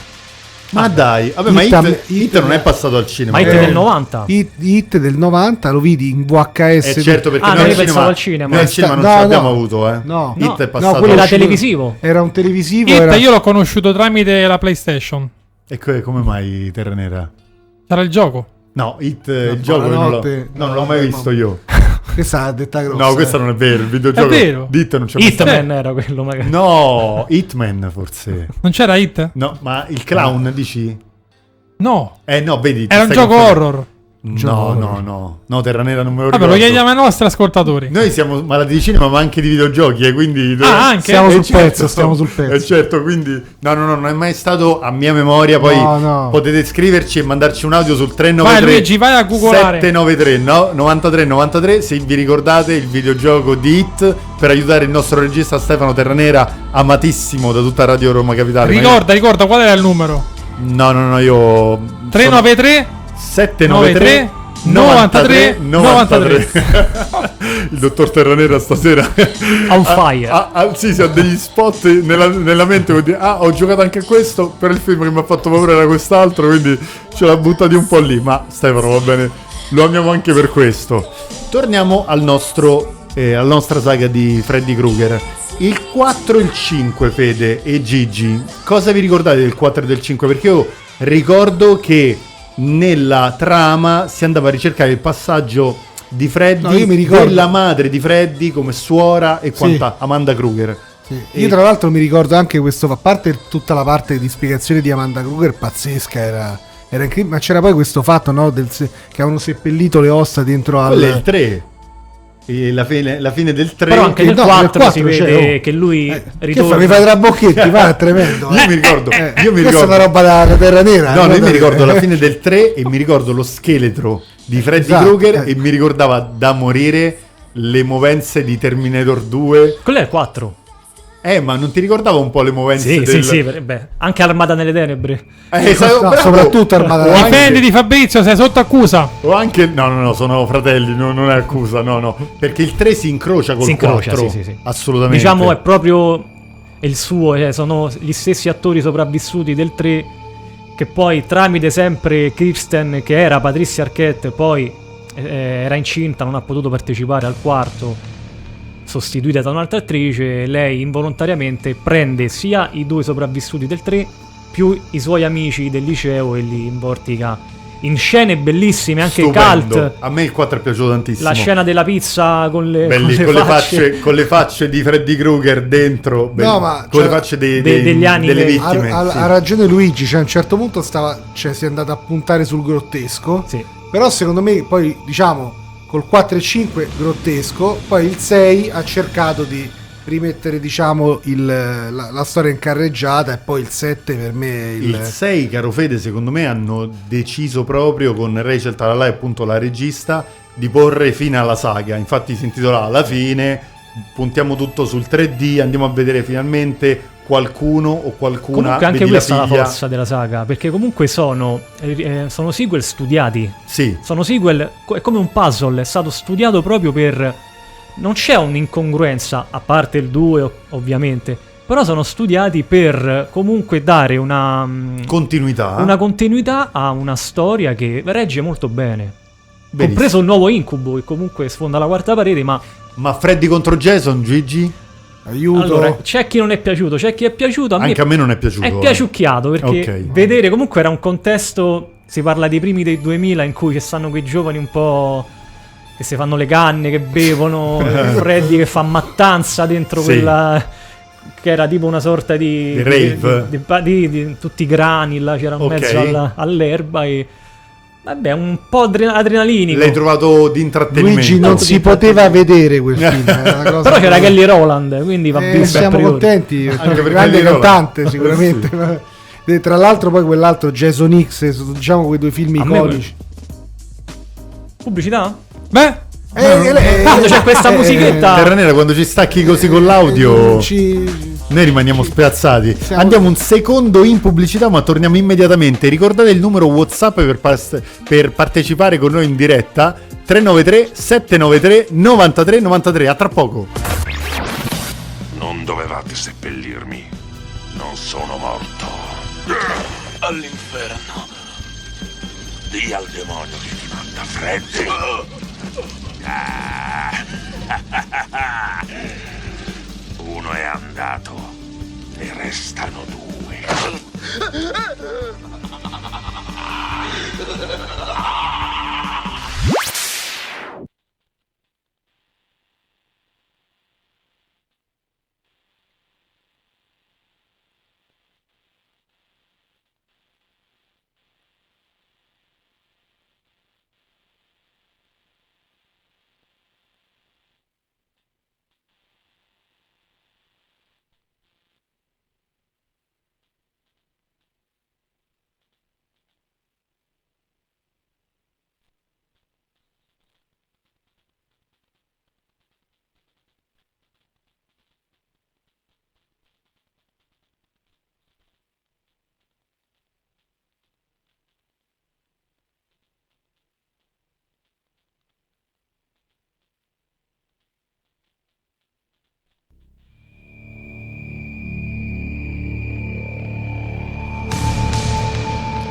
S3: Ma dai, vabbè, ma
S6: It-
S3: It,
S6: It-
S3: It non è passato al cinema. Eh,
S5: Ma It
S3: vero?
S6: Eh,
S5: del 90.
S6: Hit, Hit del 90 lo vidi in VHS.
S3: Eh, certo, perché
S5: Ah,
S3: noi
S5: non
S3: al
S5: è
S3: cinema,
S5: passato al cinema.
S3: Noi al
S6: Sta-
S3: cinema non
S6: no,
S3: ce l'abbiamo
S6: no.
S3: avuto, eh.
S6: No.
S3: It
S5: No,
S3: è
S5: no,
S3: passato
S6: quello
S5: era
S3: al
S6: uscito-
S5: televisivo.
S6: Era un televisivo.
S4: It
S6: era-
S4: io l'ho conosciuto tramite la PlayStation.
S3: E co- come mai Terra Nera?
S4: Era il gioco.
S3: No, It, eh, il
S6: No,
S3: gioco io non l'ho,
S6: buonanotte.
S3: no, non l'ho mai
S6: No,
S3: visto
S6: no.
S3: io.
S6: Questa è la detta grossa.
S3: No, questo non è vero, il videogioco.
S4: vero?
S3: Di It non c'è mai stato.
S5: Hitman era quello magari.
S3: No, Hitman forse.
S4: Non c'era Hit?
S3: No, ma il clown dici?
S4: No.
S3: Eh no, vedi. ti
S4: Era un
S3: stai
S4: gioco
S3: confondendo.
S4: horror.
S6: eh.
S3: No, no, no. No, Terra Nera non me lo
S4: Vabbè,
S3: ricordo.
S4: lo chiediamo ai nostri ascoltatori.
S3: Noi siamo malati di cinema, ma anche di videogiochi, eh, quindi
S4: Ah, anche?
S6: Siamo
S3: Eh,
S6: sul
S3: certo.
S6: pezzo, stiamo sul pezzo.
S3: Eh, certo, quindi no, no, no, non è mai stato a mia memoria, poi
S6: No, no.
S3: potete scriverci e mandarci un audio sul 393
S4: Vai, Luigi, vai a googolare.
S3: 793 no? 93 93 se vi ricordate il videogioco di Hit per aiutare il nostro regista Stefano Terranera, amatissimo da tutta Radio Roma Capitale. ma io-
S4: Ricorda, ricorda qual era il numero?
S3: No, no, no, io sono-
S4: 393
S3: 793 93
S4: 93
S3: 93 Il dottor Terranera stasera
S5: On fire.
S3: ha, ha- Sì, sì, ha degli spot nella, nella mente vuol dire, Ah, ho giocato anche a questo Però il film che mi ha fatto paura era quest'altro Quindi ce l'ha buttati un po' lì Ma Stefano, va bene Lo amiamo anche per questo Torniamo al nostro eh, alla nostra saga di Freddy Krueger Il 4 e il 5, Fede e Gigi Cosa vi ricordate del 4 e del 5? Perché io ricordo che nella trama si andava a ricercare il passaggio di Freddy,
S6: No, io mi ricordo.
S3: della madre di Freddy come suora e quanta Amanda Kruger.
S6: Sì. Io tra l'altro mi ricordo anche questo, a parte tutta la parte di spiegazione di Amanda Kruger pazzesca, era, era incredibile, ma c'era poi questo fatto no, del se- che avevano seppellito le ossa dentro al...
S3: Quello è il 3. eh, la, fine, la fine del 3.
S5: Però anche nel
S6: no, nel
S5: 4, si
S6: quattro c'è,
S5: vede
S6: oh.
S5: che lui
S6: Eh, che fa,
S5: ritorna.
S6: mi fai tra bocchetti, va, è tremendo. eh.
S3: Io mi ricordo,
S6: Eh,
S3: io mi
S6: Questa è
S3: ricordo-
S6: una roba da, da terra nera. eh,
S3: No, no, io
S6: guardate.
S3: mi ricordo la fine del 3 e mi ricordo lo scheletro di Freddy
S6: Esatto,
S3: Krueger
S6: eh.
S3: e mi ricordava da morire le movenze di Terminator 2.
S5: Quello è il 4.
S3: Eh, ma non ti ricordava un po' le movenze
S5: Sì,
S3: del...
S5: sì, sì, beh, anche Armata nelle Tenebre.
S3: Eh, esatto,
S6: No,
S3: bravo.
S6: soprattutto Armata
S3: O
S6: Nera.
S3: anche-
S4: Difenditi Fabrizio, sei sotto accusa.
S3: O anche... No, no, no, sono fratelli, no, non è accusa, no, no. Perché il 3 si incrocia col
S5: Si incrocia,
S3: 4.
S5: sì, sì, sì.
S3: Assolutamente.
S5: Diciamo è proprio il suo, cioè, sono gli stessi attori sopravvissuti del 3 che poi tramite sempre Kirsten che era Patricia Arquette, poi eh, era incinta, non ha potuto partecipare al quarto, sostituita da un'altra attrice, lei involontariamente prende sia i due sopravvissuti del 3 più i suoi amici del liceo e li invortica in scene bellissime, anche
S3: Stupendo.
S5: cult.
S3: A me il 4 è piaciuto tantissimo.
S5: La scena della pizza con le,
S3: Belli, con, le facce, con le facce di Freddy Krueger dentro, bello.
S6: ma,
S3: con le
S6: cioè,
S3: facce dei-
S5: de-
S3: dei-
S5: degli anime.
S3: delle
S6: Ha,
S3: vittime.
S6: ha-
S3: sì.
S6: ha ragione Luigi, cioè a un certo punto stava, cioè, si è andato a puntare sul grottesco.
S5: Sì.
S6: Però secondo me poi diciamo col 4 e 5 grottesco, poi il 6 ha cercato di rimettere diciamo il- la, la storia in carreggiata e poi il 7 per me è il,
S3: Il 6, caro Fede, secondo me hanno deciso proprio con Rachel Talalà, appunto la regista, di porre fine alla saga. Infatti si intitola alla fine, puntiamo tutto sul 3D, andiamo a vedere finalmente qualcuno o qualcuna
S5: Comunque anche
S3: vedi
S5: questa è la
S3: figlia.
S5: forza della saga, perché comunque sono, eh, eh, sono sequel studiati,
S3: Sì,
S5: sono sequel, co- è come un puzzle, è stato studiato proprio per... Non c'è un'incongruenza, a parte il 2 ov- ovviamente, però sono studiati per eh, comunque dare una, mm,
S3: continuità.
S5: una continuità a una storia che regge molto bene.
S3: Benissimo.
S5: Compreso il nuovo incubo che comunque sfonda la quarta parete, ma
S3: Ma Freddy contro Jason, Gigi?
S6: aiuto.
S5: allora c'è chi non è piaciuto, c'è chi è piaciuto, a me
S3: Anche a me non è piaciuto. eh.
S5: È piaciucchiato perché
S3: Ok.
S5: vedere comunque era un contesto. Si parla dei primi dei 2000 in cui ci stanno quei giovani un po'. che si fanno le canne, che bevono, eh, Freddy che fa mattanza dentro
S3: Sì.
S5: quella. che era tipo una sorta
S3: Di
S5: di. di-
S3: rave.
S5: di- di- di- di- tutti i grani, là c'era in
S3: Ok.
S5: mezzo alla- all'erba e. vabbè, un po' adre- adrenalinico.
S3: L'hai trovato di intrattenimento.
S6: Luigi non
S5: Tanto
S6: si
S5: di-
S6: poteva vedere quel film, era una cosa
S5: Però c'era
S6: che-
S5: Kelly Roland, quindi va
S6: Eh,
S5: visto a
S6: siamo
S5: priori.
S6: contenti, perché è un
S3: perché
S6: grande
S3: lì no.
S5: Eh,
S6: cantante sicuramente. ma- e Tra l'altro poi quell'altro Jason X, sono, diciamo quei due film
S5: A me
S6: iconici.
S5: Pubblicità?
S4: Beh,
S6: Eh, eh, eh,
S5: Tanto c'è questa
S6: eh,
S5: musichetta.
S3: Terra Nera, quando ci stacchi così con
S6: eh,
S3: l'audio...
S6: ci-
S3: Noi rimaniamo spiazzati.
S6: Siamo-
S3: Andiamo un secondo in pubblicità, ma torniamo immediatamente. Ricordate il numero WhatsApp per, pas- per partecipare con noi in diretta: 393 793 93 93. A tra poco.
S7: Non dovevate seppellirmi. Non sono morto. All'inferno. Dì al demonio che ti manda freddi. Uno è andato. Ne restano due.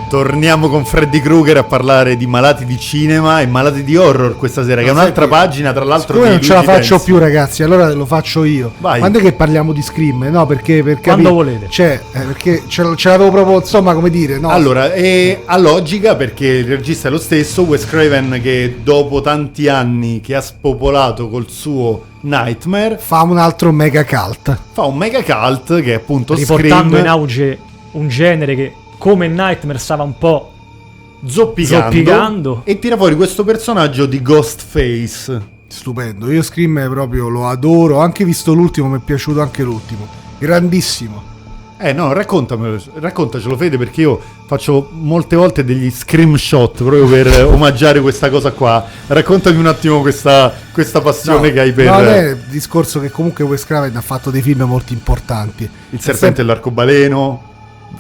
S3: Torniamo con Freddy Krueger a parlare di malati di cinema e malati di horror questa sera, che è
S6: No,
S3: un'altra
S6: senti,
S3: pagina, tra l'altro.
S6: Siccome
S3: di
S6: non ce la
S3: Luigi
S6: faccio
S3: Tenzi.
S6: più, ragazzi, allora lo faccio io.
S3: Vai.
S6: Quando è che parliamo di scream? No, perché per
S5: Quando
S6: capire-
S5: volete.
S6: Cioè, eh, perché ce l- ce l'avevo proprio, insomma, come dire, no?
S3: Allora, è a logica perché il regista è lo stesso, Wes Craven che dopo tanti anni che ha spopolato col suo Nightmare
S6: fa un altro mega cult.
S3: fa un mega cult che è appunto
S5: riportando
S3: Scream
S5: in auge un genere che come Nightmare stava un po'
S3: zoppicando,
S5: Zoppicando.
S3: e tira fuori questo personaggio di Ghostface
S6: Stupendo, io Scream proprio lo adoro, anche visto l'ultimo, mi è piaciuto anche l'ultimo. Grandissimo.
S3: Eh no, raccontamelo, raccontacelo Fede perché io faccio molte volte degli screenshot proprio per eh, omaggiare questa cosa qua. Raccontami un attimo questa, questa passione
S6: No,
S3: che hai per
S6: no,
S3: eh,
S6: è il discorso che comunque Wes Craven ha fatto dei film molto importanti.
S3: il serpente e l'arcobaleno.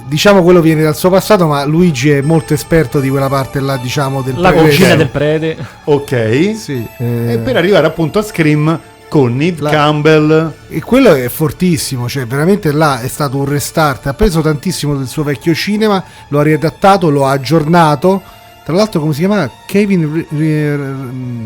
S6: Diciamo quello viene dal suo passato, ma Luigi è molto esperto di quella parte là, diciamo, del
S5: La
S6: prevede-
S5: cucina
S3: ok.
S5: del prete.
S3: Ok.
S6: Sì,
S3: E
S6: eh,
S3: per arrivare appunto a Scream con Neve
S6: La-
S3: Campbell.
S6: E quello è fortissimo, cioè veramente là è stato un restart, ha preso tantissimo del suo vecchio cinema, lo ha riadattato, lo ha aggiornato. Tra l'altro come si chiama? Kevin... Re- Re- Re-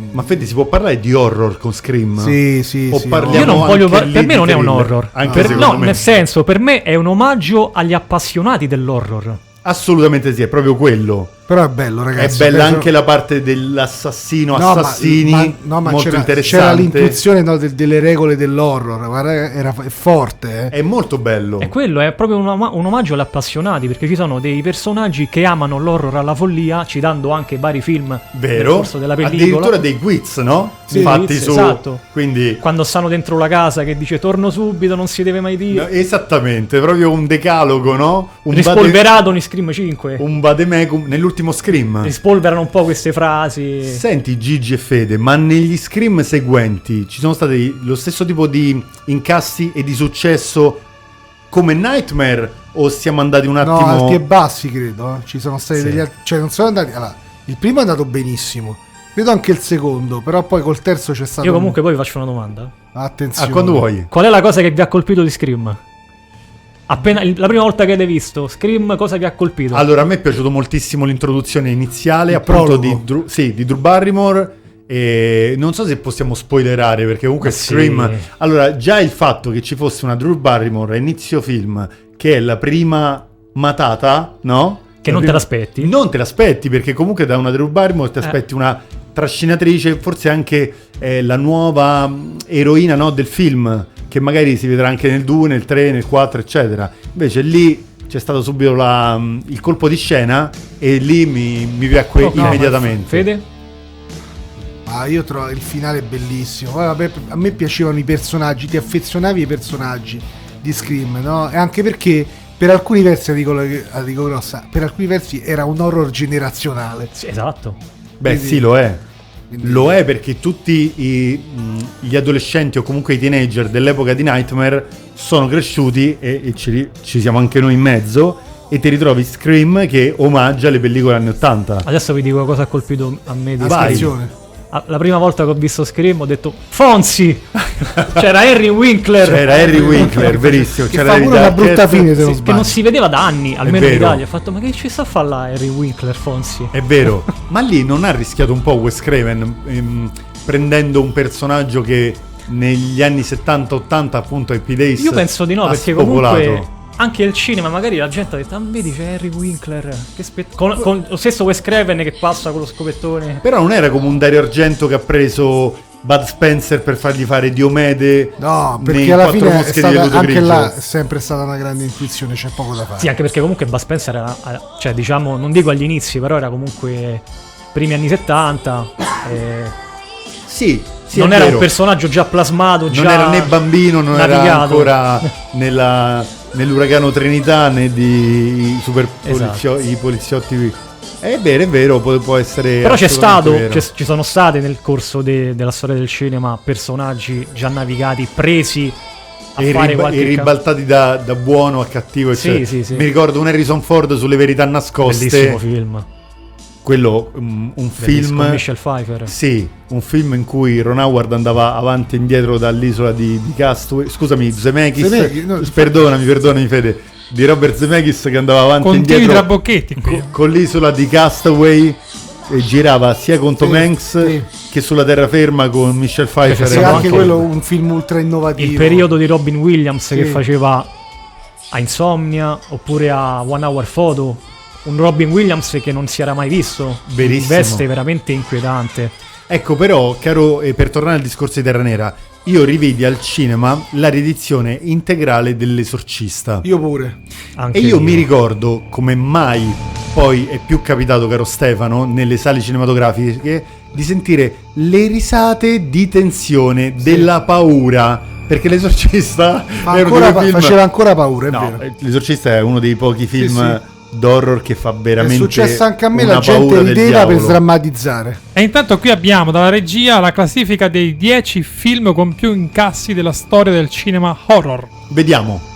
S3: Ma Fede si può parlare di horror con Scream?
S6: Sì, sì,
S3: O
S6: sì.
S3: parliamo-
S5: Io non voglio.
S3: anche
S5: par-
S3: lì
S5: Per me
S3: di
S5: non è un
S3: thriller.
S5: horror.
S3: Anche
S5: Per-
S3: secondo
S5: no,
S3: me.
S5: nel senso, per me è un omaggio agli appassionati dell'horror.
S3: Assolutamente sì, è proprio quello.
S6: Però è bello, ragazzi.
S3: è bella
S6: penso-
S3: anche la parte dell'assassino,
S6: No, ma-
S3: assassini,
S6: ma- no, ma
S3: molto
S6: c'era, c'era
S3: interessante.
S6: l'intuizione no, del- delle regole dell'horror, guarda, era è forte. eh.
S3: È molto bello.
S5: È quello, è proprio un, oma- un omaggio agli appassionati, perché ci sono dei personaggi che amano l'horror alla follia, citando anche vari film nel
S3: Vero?
S5: corso della pellicola.
S3: Addirittura dei quiz, no?
S5: Sì,
S3: Fatti
S5: quiz,
S3: su...
S5: esatto.
S3: Quindi...
S5: Quando stanno dentro la casa che dice torno subito, non si deve mai
S3: no,
S5: dire.
S3: esattamente, proprio un decalogo, no? Un, bade,
S5: Rispolverato un Scream 5.
S3: un vademecum nell'ultimo Scream.
S5: Rispolverano un po' queste frasi.
S3: Senti Gigi e Fede, ma negli scream seguenti ci sono stati lo stesso tipo di incassi e di successo come Nightmare o siamo andati un
S6: No,
S3: attimo...
S6: alti e bassi credo. eh. Ci sono stati
S3: Sì.
S6: degli altri... Cioè non sono andati... Allora, il primo è andato benissimo. Credo anche il secondo, però poi col terzo c'è stato...
S5: Io
S6: un-
S5: comunque poi vi faccio una domanda.
S3: Ah,
S6: Attenzione.
S3: quando vuoi.
S5: Qual è la cosa che vi ha colpito di Scream? Appena il- la prima volta che avete visto Scream, cosa vi ha colpito?
S3: Allora, a me è piaciuto moltissimo l'introduzione iniziale,
S6: Il
S3: appunto,
S6: prologo.
S3: di Drew, sì, di Drew Barrymore. E non so se possiamo spoilerare, perché comunque
S6: Ah,
S5: Ma sì.
S3: Scream... Allora, già il fatto che ci fosse una Drew Barrymore a inizio film, che è la prima matata, no?
S5: che non te l'aspetti?
S3: Non te l'aspetti perché comunque da una Drew Barrymore ti
S5: Eh.
S3: aspetti una trascinatrice, forse anche eh, la nuova mh, eroina no, del film, che magari si vedrà anche nel 2, nel 3, nel 4, eccetera. Invece lì c'è stato subito la, mh, il colpo di scena e lì mi, mi piacque
S5: Oh, no,
S3: immediatamente.
S5: ma- Fede?
S6: Ah, io trovo il finale bellissimo. Poi, vabbè, a me piacevano i personaggi, ti affezionavi ai personaggi di Scream, no? E anche perché per alcuni versi, a dico, la dico grossa, per alcuni versi era un horror generazionale.
S5: Sì, esatto.
S3: Beh,
S6: Quindi-
S3: sì, lo è.
S6: quindi-
S3: Lo è perché tutti i, mh, gli adolescenti o comunque i teenager dell'epoca di Nightmare sono cresciuti e, e ci, ri- ci siamo anche noi in mezzo e ti ritrovi Scream che omaggia le pellicole anni 80.
S5: Adesso vi dico cosa ha colpito a me di
S3: Vai.
S5: Scream.
S6: Attenzione.
S5: Ah, La prima volta che ho visto Scream ho detto Fonzi! C'era Harry Winkler.
S3: C'era Harry Winkler, verissimo.
S6: Che
S3: c'era
S6: fa
S3: Harry
S6: pure una
S3: Duckett.
S6: brutta fine, se non
S5: Sì, che non
S6: sbaglio.
S5: si vedeva da anni, almeno in
S3: vero.
S5: Italia. Ho fatto, ma che ci sta a fare là Harry Winkler, Fonzi?
S3: È vero, ma lì non ha rischiato un po' Wes Craven ehm, prendendo un personaggio che negli anni 70-80 appunto Happy Days
S5: Io penso di no,
S3: ha
S5: perché comunque
S3: spopolato.
S5: anche il cinema, magari la gente ha detto, ah, vedi c'è Harry Winkler, che spett- con, con lo stesso Wes Craven che passa con lo scopettone.
S3: Però non era come un Dario Argento che ha preso Bud Spencer per fargli fare Diomede.
S6: No,
S3: nei
S6: perché alla
S3: Quattro
S6: fine è
S3: Moscheri di
S6: stata,
S3: Ludo
S6: anche
S3: Grigio.
S6: là è sempre stata una grande intuizione, c'è poco da fare.
S5: Sì, anche perché comunque Bud Spencer era, era- cioè diciamo, non dico agli inizi, però era comunque primi anni 70. eh,
S3: Sì, sì,
S5: non
S3: è
S5: era un
S3: vero.
S5: personaggio già plasmato, già
S3: Non era né bambino, non era
S5: navigato. Eh,
S3: ancora eh, nella- nell'uragano Trinità né di i super
S5: Esatto.
S3: polizio- i poliziotti. Eh, È vero, è vero, può, può essere.
S5: Però c'è
S3: assolutamente
S5: stato,
S3: vero.
S5: c'è- ci sono stati nel corso de- della storia del cinema personaggi già navigati, presi a
S3: e,
S5: fare
S3: riba-
S5: qualche
S3: e
S5: ca-
S3: ribaltati da, da buono a cattivo.
S5: Sì,
S3: eccetera.
S5: sì, sì.
S3: Mi ricordo un Harrison Ford sulle verità nascoste.
S5: Bellissimo film.
S3: Quello, mm, un
S5: Bellissimo, con
S3: film.
S5: Michelle Pfeiffer.
S3: Sì, un film in cui Ron Howard andava avanti e indietro dall'isola di, di Castaway. Scusami, Zemeckis.
S6: Zemeckis, no,
S3: perdonami, perdonami, Fede. Di Robert Zemeckis che andava avanti e
S4: Continui
S3: indietro
S4: tra bocchetti qui.
S3: co- con l'isola di Castaway e girava sia con Tom
S6: Sì,
S3: Hanks
S6: sì.
S3: che sulla terraferma con Michelle Pfeiffer.
S5: Perché
S6: Sì,
S5: Era
S6: anche
S5: molto-
S6: quello un film ultra innovativo.
S5: Il periodo di Robin Williams che
S6: Sì.
S5: faceva a Insomnia oppure a One Hour Photo. Un Robin Williams che non si era mai visto.
S3: Verissimo.
S5: In Veste veramente inquietante.
S3: Ecco, però, caro, eh, per tornare al discorso di Terra Nera, io rivedi al cinema la riedizione integrale dell'Esorcista.
S6: Io pure.
S5: Anche
S3: E io mi ricordo come mai Poi è più capitato, caro Stefano, nelle sale cinematografiche di sentire le risate di tensione, della paura. Perché l'esorcista
S6: Ma
S3: era uno
S6: ancora
S3: dei
S6: pa-
S3: film-
S6: faceva ancora paura, è
S3: No,
S6: vero.
S3: eh, l'esorcista è uno dei pochi film d'horror che fa veramente.
S6: È successo anche a me,
S3: una
S6: la gente
S3: paura del
S6: rideva per
S3: diavolo.
S6: sdrammatizzare.
S4: E intanto qui abbiamo dalla regia la classifica dei 10 film con più incassi della storia del cinema horror.
S3: Vediamo.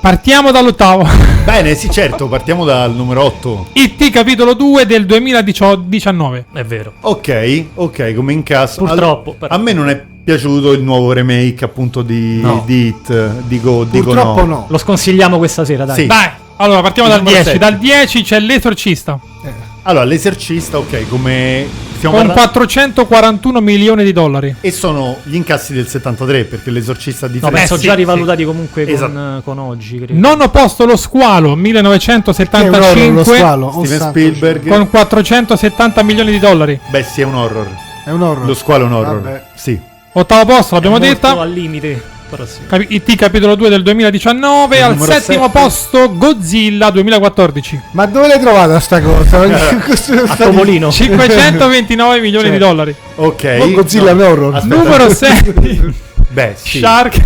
S4: Partiamo dall'ottavo.
S3: Bene, sì, certo, partiamo dal numero 8.
S4: IT capitolo 2 del 2019.
S5: È vero.
S3: Ok, ok, come incasso.
S5: Purtroppo,
S3: Al-
S5: però.
S3: A me non è piaciuto il nuovo remake appunto di,
S5: No.
S3: di It, dico, dico
S6: Purtroppo no.
S5: Lo sconsigliamo questa sera, dai.
S3: Sì.
S4: Dai, allora partiamo
S3: Il
S4: dal
S3: numero
S4: 10.
S3: sette.
S4: Dal 10 c'è l'esorcista
S6: Eh.
S3: Allora, l'esercista, ok, come stiamo
S4: con
S3: parlando...
S4: 441 milioni di dollari.
S3: E sono gli incassi del 73, perché l'esorcista di
S5: No,
S3: Fred-
S5: penso
S4: Eh, sì,
S5: già
S4: sì.
S5: rivalutati comunque con, eh,
S3: Esatto.
S5: con oggi, credo.
S4: Nono posto lo squalo
S6: Che è un horror, lo
S4: 1975
S6: squalo. oh
S3: Steven
S6: santo
S3: Spielberg...
S4: con 470 milioni di dollari.
S3: Beh, sì, è un horror.
S6: cielo. È un horror.
S3: Lo squalo è un horror.
S6: Vabbè.
S3: Sì.
S4: Ottavo posto l'abbiamo
S5: Molto
S4: detta.
S5: al limite, però sì.
S4: Capi- IT capitolo 2 del 2019
S3: Il
S4: al
S3: numero
S4: settimo
S3: sette.
S4: posto Godzilla 2014
S6: Ma dove l'hai trovata sta cosa? Questo-
S5: A Topolino.
S4: 529 milioni di dollari
S3: Ok.
S6: Oh, Godzilla
S3: no.
S6: è un horror.
S3: Aspetta.
S4: numero 6
S3: Beh, sì.
S4: Shark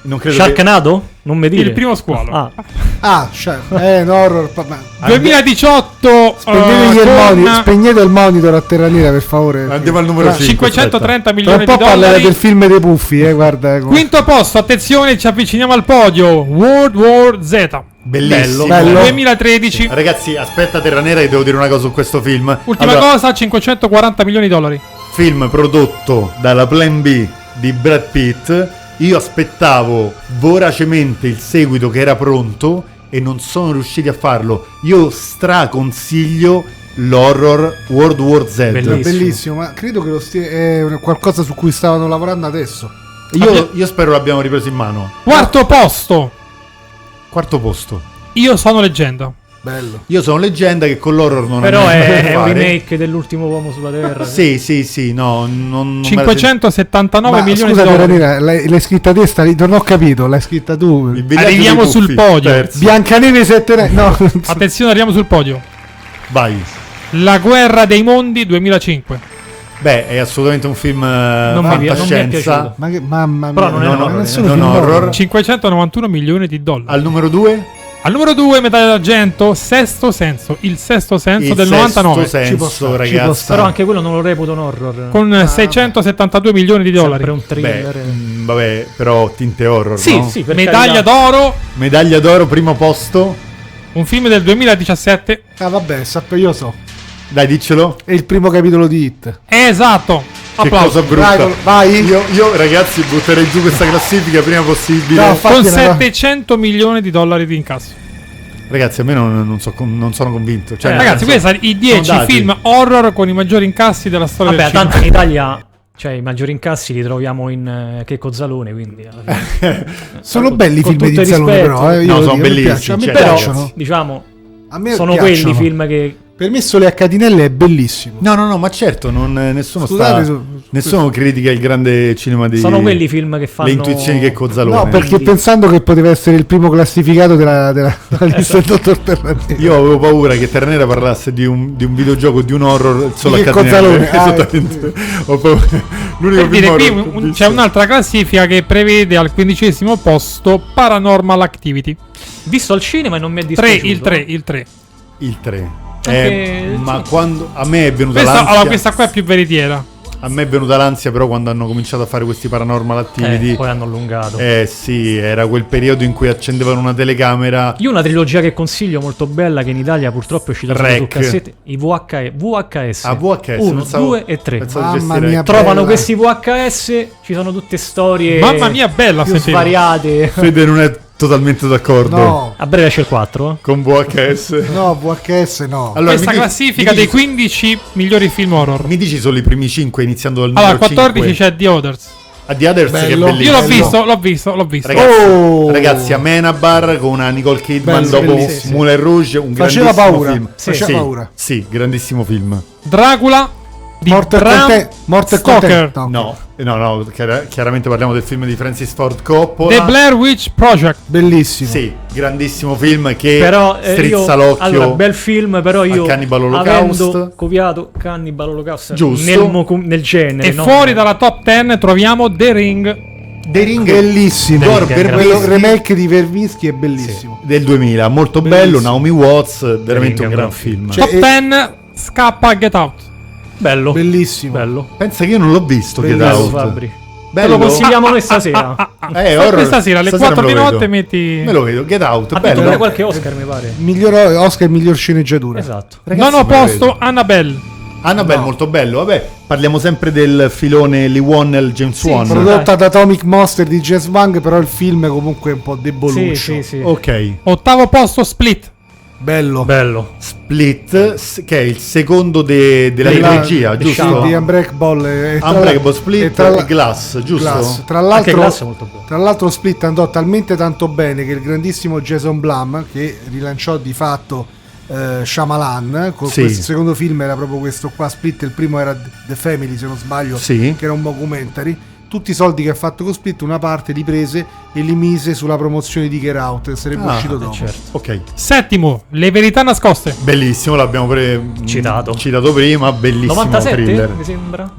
S3: non credo che-
S5: Sharknado? Non mi dire.
S4: il primo squalo
S5: Ah,
S6: Ah, cioè, è un horror. pa- ma-
S3: Ah,
S4: 2018
S6: Spegnete,
S4: eh,
S6: gli il
S4: con
S6: moni- spegnete il monitor a terra nera, per favore.
S3: Andiamo al
S5: Ah,
S3: numero 5.
S4: 530
S6: Tra
S4: milioni
S6: un
S4: di
S6: po' parlerà
S4: dollari
S6: del film dei puffi, eh, guarda. eh, come-
S4: quinto posto attenzione ci avviciniamo al podio World War Z
S3: Bellissimo.
S6: Bello.
S4: 2013
S3: Ragazzi, aspetta Terra Nera che devo dire una cosa su questo film.
S4: ultima
S3: Allora,
S4: cosa 540 milioni di dollari
S3: Film prodotto dalla Plan B di Brad Pitt. Io aspettavo voracemente il seguito che era pronto e non sono riusciti a farlo. Io straconsiglio l'horror World War Z.
S5: Bellissimo.
S6: Bellissimo, ma credo che lo stia- è un- qualcosa su cui stavano lavorando adesso.
S3: Io, io spero l'abbiamo ripreso in mano.
S4: quarto posto
S3: Quarto posto.
S4: Io sono leggenda
S6: Bello.
S3: Io sono leggenda che con l'horror non
S5: però
S3: ha niente a
S5: è,
S3: che
S5: è un
S3: fare.
S5: remake dell'ultimo uomo sulla Terra.
S3: Sì, sì, sì, no, non- non me la sento.
S4: 579
S6: Ma,
S4: milioni
S6: scusa,
S4: di
S6: Terra
S4: dollari
S6: Nera, l'hai, l'hai scritta te, sta lì, non ho capito, l'hai scritta tu.
S3: Il villaggio
S4: Arriviamo
S3: dei
S4: sul
S3: puffi,
S4: podio.
S3: terzo.
S6: Biancaneve 7 re- No,
S4: Attenzione, arriviamo sul podio.
S3: Vai.
S4: La guerra dei mondi 2005.
S3: Beh, è assolutamente un film non
S5: mi- non mi è
S3: fantascienza.
S5: piaciuto.
S6: ma che, mamma mia,
S5: Però non è
S6: ma
S5: un horror,
S6: nessuno
S3: non
S6: film
S3: horror.
S4: 591 milioni di dollari.
S3: Al numero 2?
S4: Al numero 2, medaglia d'argento, sesto senso. Il sesto senso del 99.
S6: Ci può stare,
S3: senso,
S6: ci può
S3: ragazzi.
S5: Però anche quello non lo reputo un horror.
S4: Con 672 milioni di dollari.
S5: Ah, Sempre un
S3: Beh,
S5: thriller. Mm.
S3: mh, mm, vabbè, però tinte horror,
S5: Sì,
S3: no?
S5: sì, per
S4: Medaglia
S5: carità.
S4: d'oro,
S3: Medaglia d'oro, primo posto.
S4: un film del 2017.
S6: Ah, vabbè, sappio io so.
S3: Dai, diccelo.
S6: È il primo capitolo di Hit.
S4: Esatto. Applauso.
S3: Che cosa brutta.
S6: Vai, vai.
S3: Io, io, ragazzi, butterei giù questa classifica prima possibile.
S6: No, fa-
S4: Con
S6: Infatti, raga-
S4: 700 milioni di dollari di incasso.
S3: Ragazzi, a me non, non so- non sono convinto. Cioè,
S5: Eh,
S3: nel
S4: Ragazzi,
S3: senso-
S4: questi sono i 10
S3: sono dati.
S4: film horror con i maggiori incassi della storia
S5: Vabbè,
S4: del cinema.
S5: tanto in Italia cioè, i maggiori incassi li troviamo in eh, Checco Zalone, quindi alla fine.
S6: Sono
S5: Con-
S6: belli i
S5: con
S6: film
S5: tutto
S6: di
S5: il
S6: Zalone,
S5: rispetto.
S6: però. Eh, io
S3: No,
S6: lo
S3: sono
S6: dico, mi
S3: bellissimi,
S6: piacciono, A me
S3: cioè,
S6: certo. piacciono.
S5: diciamo,
S6: A me
S5: sono
S6: piacciono.
S5: quelli i film che
S6: Per me Sole a Catinelle è bellissimo.
S3: No, no, no, ma certo, non, nessuno
S6: Scusate,
S3: sta.
S6: su-
S3: nessuno critica il grande cinema di.
S5: sono quelli i film che fanno
S3: Le intuizioni che Cozzalone.
S6: No, perché
S5: Quindi-
S6: pensando che poteva essere il primo classificato della, della- della lista del dottor Terranera.
S3: Io avevo paura che Terranera parlasse di un, di un videogioco, di un horror solo
S6: Di
S3: a
S6: che
S3: Catanello.
S6: Cozzalone, ah,
S3: Esattamente. Ho paura. L'unico
S4: Per
S3: film
S4: Eh, dire, qui
S3: horror che ho
S4: un-
S3: visto.
S4: c'è un'altra classifica che prevede al quindicesimo posto Paranormal Activity.
S5: visto al cinema e non mi è
S4: 3,
S5: dispiaciuto.
S4: il 3, il 3.
S3: Il 3.
S5: Anche-
S3: ma quando a me è venuta
S4: Questa,
S3: l'ansia
S4: allora, questa qua è più veritiera.
S3: a me è venuta l'ansia però quando hanno cominciato a fare questi paranormal
S5: Eh,
S3: activity
S5: poi hanno allungato.
S3: eh sì era quel periodo in cui accendevano una telecamera
S5: Io una trilogia che consiglio molto bella che in Italia purtroppo è uscita solo su
S3: Rec.
S5: cassette, i VHS, VHS.
S3: a VHS
S5: 1,
S3: pensavo-
S5: 2 e 3.
S3: pensavo
S6: Mamma
S3: gestirei.
S6: mia,
S5: Trovano
S6: Bella.
S5: questi VHS, ci sono tutte storie
S4: Mamma mia, bella
S5: più
S4: sentire.
S5: svariate.
S3: Fede non è totalmente d'accordo
S6: No,
S5: A breve esce il 4. eh.
S3: con VHS
S6: no, VHS no.
S3: Allora,
S4: questa
S3: mi dici-
S4: classifica
S3: mi
S4: dei
S3: dici-
S4: 15 migliori film horror.
S3: Mi dici solo i primi 5 iniziando dal
S4: Allora, al
S3: numero
S4: 14
S3: 5.
S4: c'è The Others.
S3: A The Others che è
S6: Bello.
S3: bellissimo.
S4: Io l'ho
S6: Bello.
S4: visto, l'ho visto, l'ho visto.
S3: Ragazzi,
S6: Oh!
S3: ragazzi, Amenabar con una Nicole Kidman
S6: Bello,
S3: dopo
S6: bellissimo, sì.
S3: Moulin Rouge, un
S6: Faceva
S3: grandissimo
S6: paura,
S3: film.
S6: sì. faceva
S3: sì,
S6: paura.
S3: sì, grandissimo film.
S4: Dracula di
S6: Morto e
S4: Bram
S6: conte- morto e
S4: Stoker.
S6: contento.
S3: No, no, no, chiara- chiaramente parliamo del film di Francis Ford Coppola.
S4: The Blair Witch Project.
S6: Bellissimo.
S3: Sì, grandissimo film che
S5: Però eh,
S3: strizza
S5: io,
S3: l'occhio.
S5: allora, bel film, però io
S3: Cannibal Holocaust.
S5: avendo copiato Cannibal Holocaust
S3: Giusto.
S5: Nel, mo- nel genere
S4: E
S5: no?
S4: fuori dalla top 10 troviamo The Ring.
S3: The Ring
S6: Bellissimo.
S3: Gore
S6: Quello-
S3: Verbinski.
S6: remake di Vervinsky è bellissimo.
S3: del 2000, molto bello,
S6: Bellissimo.
S3: Naomi Watts, veramente un
S5: Ring è
S3: gran
S5: un-
S3: film.
S6: Cioè,
S4: top
S6: e-
S4: 10 scappa Get Out.
S5: Bello
S6: Bellissimo.
S5: Bello
S3: Pensa che io non l'ho visto Get
S6: Bellissimo,
S5: Bello
S3: Out.
S5: Fabri Te
S3: Bello.
S5: lo consigliamo noi
S4: Ah,
S5: stasera
S3: Eh,
S4: Fai
S3: horror.
S4: questa sera alle
S3: Stasera
S4: 4
S3: me
S4: di
S3: lo
S4: notte
S3: vedo.
S4: metti
S3: Me lo vedo, Get Out,
S5: Ha vinto
S3: bello.
S5: pure qualche Oscar mi pare
S6: Miglior Oscar, miglior sceneggiatura.
S5: Esatto
S3: Ragazzi,
S4: non ho
S3: me lo
S4: posto
S3: vedo.
S4: Annabelle.
S3: Annabelle,
S6: No.
S3: Ah, molto bello. Vabbè, parliamo sempre del filone Lee Wannell, James
S5: Sì,
S3: Wan.
S5: sì. Dai.
S6: Prodotta da Atomic Monster di Jazz Wang, però il film è comunque un po' deboluccio.
S5: Sì, sì, sì.
S3: Ok.
S4: Ottavo posto Split.
S6: Bello.
S5: Bello
S3: Split, s- che è il secondo de- della
S6: Della-
S3: trilogia,
S5: The
S3: giusto? Ah,
S5: Shining.
S6: Sì, di Unbreakable e- e tra-
S3: Unbreakable Split
S6: e tra-
S3: e Glass, giusto?
S6: Glass. Tra
S5: Anche
S6: l'altro,
S5: Glass è molto bello
S6: tra l'altro Split andò talmente tanto bene che il grandissimo Jason Blum, che rilanciò di fatto eh, Shyamalan, con
S3: Sì.
S6: questo secondo film era proprio questo qua, Split, il primo era The Family se non sbaglio,
S3: Sì.
S6: che era un documentary, tutti i soldi che ha fatto con Split una parte li prese e li mise sulla promozione di Get Out, che sarebbe
S3: Ah,
S6: uscito
S3: eh,
S6: dopo.
S4: Certo.
S3: Ok.
S4: Settimo, Le verità nascoste.
S3: Bellissimo, l'abbiamo pre- mm,
S5: Citato.
S3: citato prima, bellissimo
S5: 97
S3: thriller.
S5: mi sembra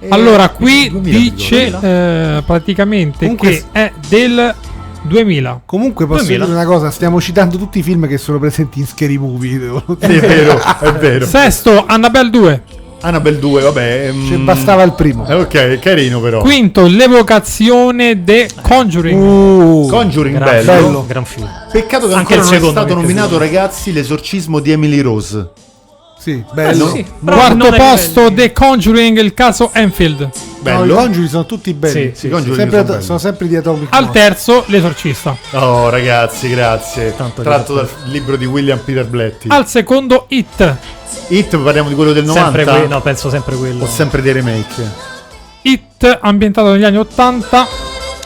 S3: Eh,
S4: Allora, qui
S3: 2000,
S4: dice
S3: dico.
S4: eh, praticamente
S6: Comunque
S4: che
S6: s-
S4: è del 2000.
S6: Comunque posso
S5: 2000.
S6: dire una cosa, stiamo citando tutti i film che sono presenti in Scary Movie. devo-
S3: Sì, è vero, è vero. Oh.
S4: Sesto, Annabelle 2.
S3: Annabelle 2, vabbè.
S6: Cioè,
S3: mm,
S6: bastava il primo.
S3: eh, ok, carino però.
S4: Quinto, l'evocazione
S3: Eh.
S4: de Conjuring.
S6: Uh,
S3: Conjuring
S5: gran,
S3: bello.
S5: bello. gran film
S3: Peccato che ancora
S5: Anche il
S3: non è
S5: secondo
S3: stato
S5: mi è
S3: nominato,
S5: piaciuto.
S3: ragazzi, l'esorcismo di Emily Rose.
S6: sì, bello.
S3: sì.
S5: però
S4: Quarto
S5: non ai
S4: posto,
S5: livelli.
S4: The Conjuring, il caso Enfield.
S6: No,
S3: Bello.
S6: I congiuri sono tutti belli.
S5: Sì,
S3: sì, congiuri
S6: Sempre
S3: sono
S6: ad-
S3: belli.
S6: sono sempre di Atomic
S4: Al
S6: Monster.
S4: terzo, l'esorcista.
S3: Oh, ragazzi, grazie.
S5: Tanto
S3: Tratto dal libro di William Peter Blatty.
S4: Al secondo, It.
S3: Hit, parliamo di quello del 90.
S5: sempre quello no penso sempre quello
S3: O sempre dei remake.
S4: It, ambientato negli anni 80.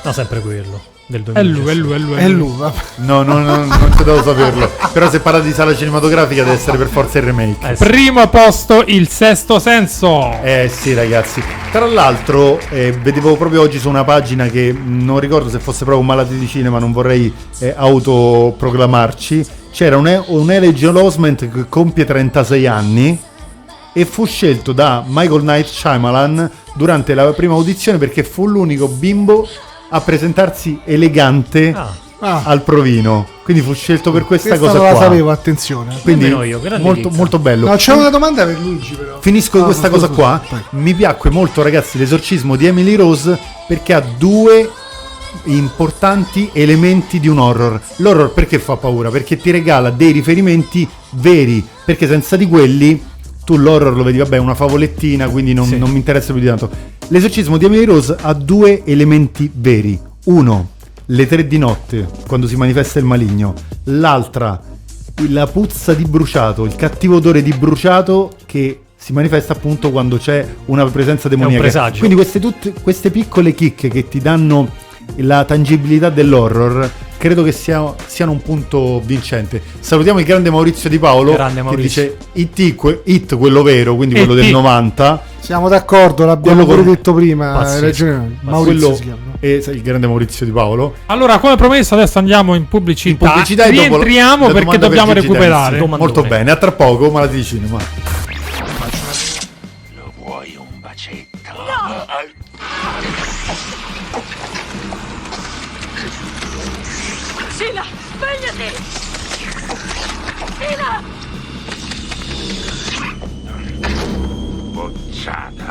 S5: no sempre quello del
S4: È
S5: 2000
S4: lui, è lui, è lui.
S6: È lui, vabbè.
S3: No, no, no, non ci devo saperlo. Però se parla di sala cinematografica deve essere per forza il remake.
S5: Eh, sì.
S4: Primo posto, il sesto senso.
S3: Eh sì ragazzi, tra l'altro eh, vedevo proprio oggi su una pagina che mh, non ricordo se fosse proprio un malato di cinema, non vorrei eh, autoproclamarci, c'era un, e- un Elijah Osment che compie 36 anni e fu scelto da Michael Knight Shyamalan durante la prima audizione perché fu l'unico bimbo a presentarsi elegante
S5: ah
S6: Ah,
S3: al provino, quindi fu scelto per questa,
S6: questa
S3: cosa
S6: non la
S3: qua.
S6: sapevo, attenzione.
S3: Quindi
S5: Nemmeno io, grande
S3: molto,
S5: chicca.
S3: molto bello.
S6: No, c'è una domanda per Luigi, però.
S3: Finisco
S6: Ah,
S3: questa
S6: scusa,
S3: cosa qua.
S6: scusa.
S3: Mi piacque molto, ragazzi, l'esorcismo di Emily Rose perché ha due importanti elementi di un horror. L'horror perché fa paura? Perché ti regala dei riferimenti veri, perché senza di quelli tu l'horror lo vedi, vabbè, è una favolettina, quindi non,
S5: Sì.
S3: non mi interessa più di tanto. L'esorcismo di Emily Rose ha due elementi veri. Uno, le tre di notte, quando si manifesta il maligno. L'altra, la puzza di bruciato, il cattivo odore di bruciato che si manifesta appunto quando c'è una presenza demoniaca.
S5: presagio.
S3: Quindi queste, tutte, queste piccole chicche che ti danno la tangibilità dell'horror credo che sia- siano un punto vincente. Salutiamo il grande Maurizio Di Paolo
S5: Grande
S3: che
S5: Maurizio.
S3: dice IT, que- It, quello vero, quindi quello del
S4: IT.
S3: 90.
S6: Siamo d'accordo, l'abbiamo
S3: Quello
S6: pure
S3: con-
S6: detto prima. Hai
S5: Pazzesco,
S6: ragione.
S5: pazzesco.
S6: Maurizio
S3: quello
S6: si chiama.
S3: e sai, il grande Maurizio Di Paolo.
S4: Allora, come promesso, adesso andiamo in
S3: In
S4: pubblicità.
S3: pubblicità e dopo la-
S4: rientriamo
S3: la
S4: perché
S3: domanda per
S4: dobbiamo
S3: Gigi Tenzi.
S4: recuperare.
S5: Domandone.
S3: Molto bene, a tra poco, malati di cinema.
S2: Lo vuoi un bacetto?
S8: Sheila, svegliati! Sheila!
S2: Bocciata.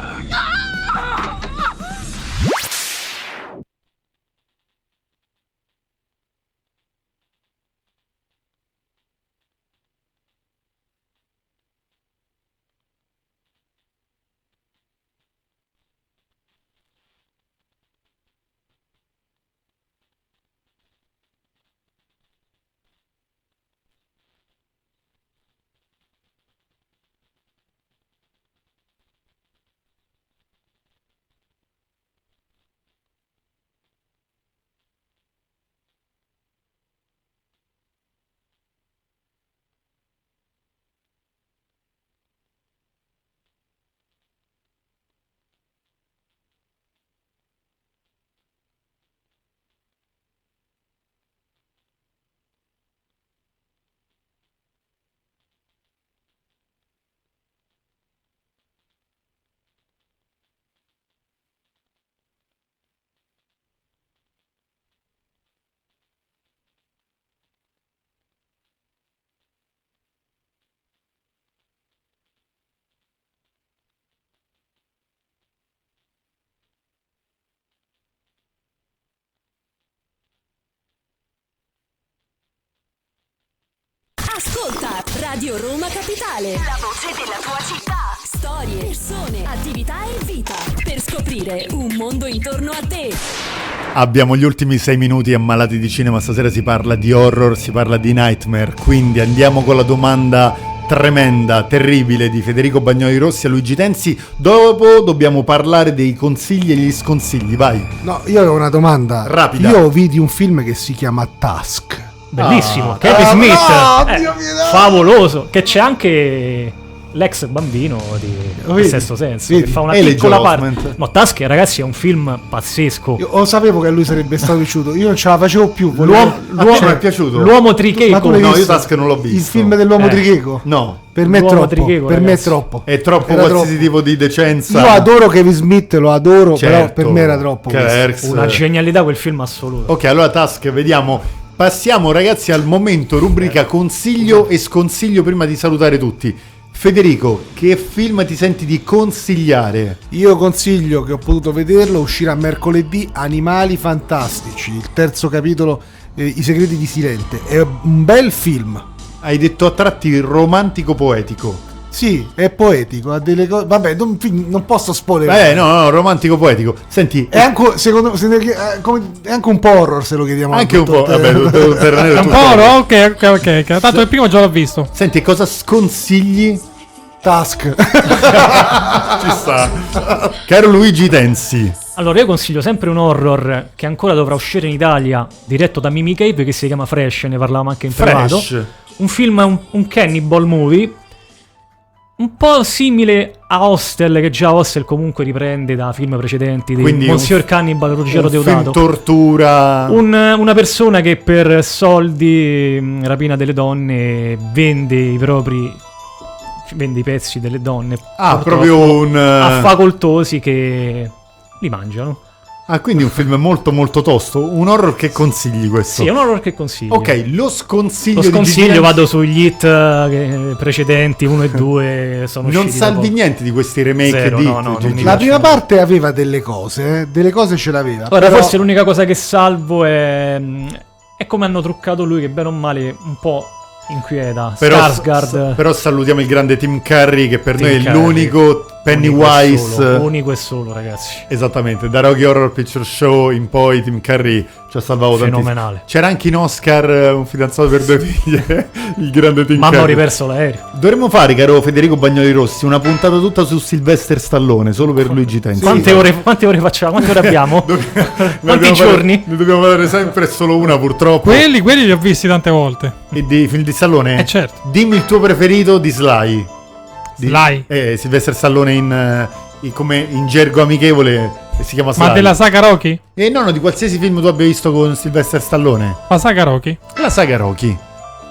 S8: Ascolta Radio Roma Capitale. La voce della tua città. Storie, persone, attività e vita. Per scoprire un mondo intorno a te.
S3: Abbiamo gli ultimi sei minuti ammalati di cinema, stasera si parla di horror, si parla di nightmare, quindi andiamo con la domanda tremenda, terribile di Federico Bagnoli Rossi a Luigi Tenzi, dopo dobbiamo parlare dei consigli e gli sconsigli, vai.
S6: No, io ho una domanda.
S3: Rapida.
S6: Io vidi un film che si chiama Task.
S5: Bellissimo,
S3: Ah,
S5: Kevin
S3: ah,
S5: Smith.
S3: ah,
S5: Eh,
S3: Dio mio, no.
S5: favoloso. Che c'è anche l'ex bambino di,
S6: Lo
S5: di
S6: vedi?
S5: Sesto Senso.
S6: Vedi?
S5: Che fa una
S3: Elegy
S5: piccola parte.
S3: Osment.
S5: No, Task, ragazzi, è un film pazzesco.
S6: Io lo sapevo che a lui sarebbe stato piaciuto. Io non ce la facevo più.
S5: L'uomo,
S3: Ah,
S5: l'uomo-
S3: cioè, mi è piaciuto.
S5: l'uomo
S6: Ma tu
S5: tricheco.
S6: l'hai
S3: No, io
S6: visto?
S3: Task non l'ho
S6: Il
S3: visto.
S6: film dell'uomo
S5: Eh.
S6: tricheco.
S3: No,
S6: Per me è
S5: L'uomo
S6: troppo.
S5: tricheco,
S6: per me è
S5: ragazzi.
S6: troppo.
S3: è troppo
S6: Era
S3: qualsiasi
S6: troppo.
S3: tipo di decenza.
S6: Io adoro Kevin Smith, lo adoro, però per
S3: Certo,
S6: me era troppo. questo.
S3: Clerks.
S5: Una genialità quel film assoluto.
S3: Ok, allora Task, vediamo. Passiamo ragazzi al momento rubrica consiglio e sconsiglio prima di salutare tutti. Federico, che film ti senti di consigliare?
S6: Io consiglio che ho potuto vederlo, uscirà mercoledì Animali Fantastici, il terzo capitolo eh, I segreti di Silente. È un bel film.
S3: Hai detto a tratti romantico poetico.
S6: Sì, è poetico, ha delle cose. Vabbè, non, fin- non posso spoilerare.
S3: Eh no, no, romantico poetico. Senti,
S6: È anche, secondo, se ne- eh, come- è anche un po' horror se lo chiediamo. a
S3: anche un po'...
S6: dottor-
S3: Vabbè, tutto terreno
S4: È eh, un po' no? ok, ok, ok. ok. Tanto il primo già l'ho visto.
S3: Senti, cosa sconsigli?
S6: Task.
S3: Ci sta. Caro Luigi Tensi.
S5: Allora, io consiglio sempre un horror che ancora dovrà uscire in Italia, diretto da Mimi Cape, che si chiama Fresh, ne parlavamo anche in privato.
S3: Fresh.
S5: Un film, un, un cannibal movie, un po' simile a Hostel, che già Hostel comunque riprende da film precedenti di
S3: Quindi un-
S5: Monsieur Cannibal, Ruggero
S3: Un film
S5: Deodato.
S3: tortura.
S5: Un- una persona che per soldi mh, rapina delle donne vende i propri vende i pezzi delle donne
S3: Ah,
S5: purtroppo,
S3: proprio un... eh,
S5: a facoltosi che li mangiano
S3: Ah, quindi un film molto molto tosto. Un horror che consigli questo?
S5: sì è un horror che consiglio
S3: Ok, lo sconsiglio.
S5: lo
S3: di
S5: sconsiglio
S3: Gideon-
S5: vado sugli hit eh, che- precedenti 1 e 2 sono
S3: Non
S5: usciti
S3: salvi
S5: dopo.
S3: niente di questi remake
S5: Zero,
S3: di
S5: no, no, non mi
S6: La
S5: piace.
S6: prima parte aveva delle cose, eh, delle cose ce l'aveva.
S5: Ora,
S6: però-
S5: forse l'unica cosa che salvo è, è come hanno truccato lui che bene o male un po' inquieta
S3: Però,
S5: Skarsgård
S3: però salutiamo il grande Tim Curry che per
S5: Tim
S3: noi è
S5: Curry.
S3: l'unico
S5: Unico e
S3: Pennywise. eh,
S5: solo, unico e solo ragazzi
S3: Esattamente, da Rocky Horror Picture Show in poi Tim Curry ci ha salvato tantissimo.
S5: Fenomenale.
S3: C'era anche in Oscar eh, un fidanzato per due figlie, il grande Tim
S5: Mamma ho
S3: Curry.
S5: riperso l'aereo.
S3: Dovremmo fare, caro Federico Bagnoli Rossi, una puntata tutta su Sylvester Stallone, solo per Luigi Tenzi.
S5: Quante, ore, quante ore facciamo? Quante ore abbiamo?
S3: Ne
S5: Quanti
S3: dobbiamo fare-
S5: giorni?
S3: Ne dobbiamo fare sempre solo una purtroppo.
S4: Quelli, quelli li ho visti tante volte.
S3: E di film di Stallone?
S4: Eh, certo.
S3: Dimmi il tuo preferito di Sly. Di-
S4: Sly.
S3: Eh, Sylvester Stallone in, eh, in- come in gergo amichevole eh, si chiama Sly.
S4: Ma della saga Rocky?
S3: E no, no, di qualsiasi film tu abbia visto con Sylvester Stallone.
S4: La saga Rocky?
S3: La saga Rocky.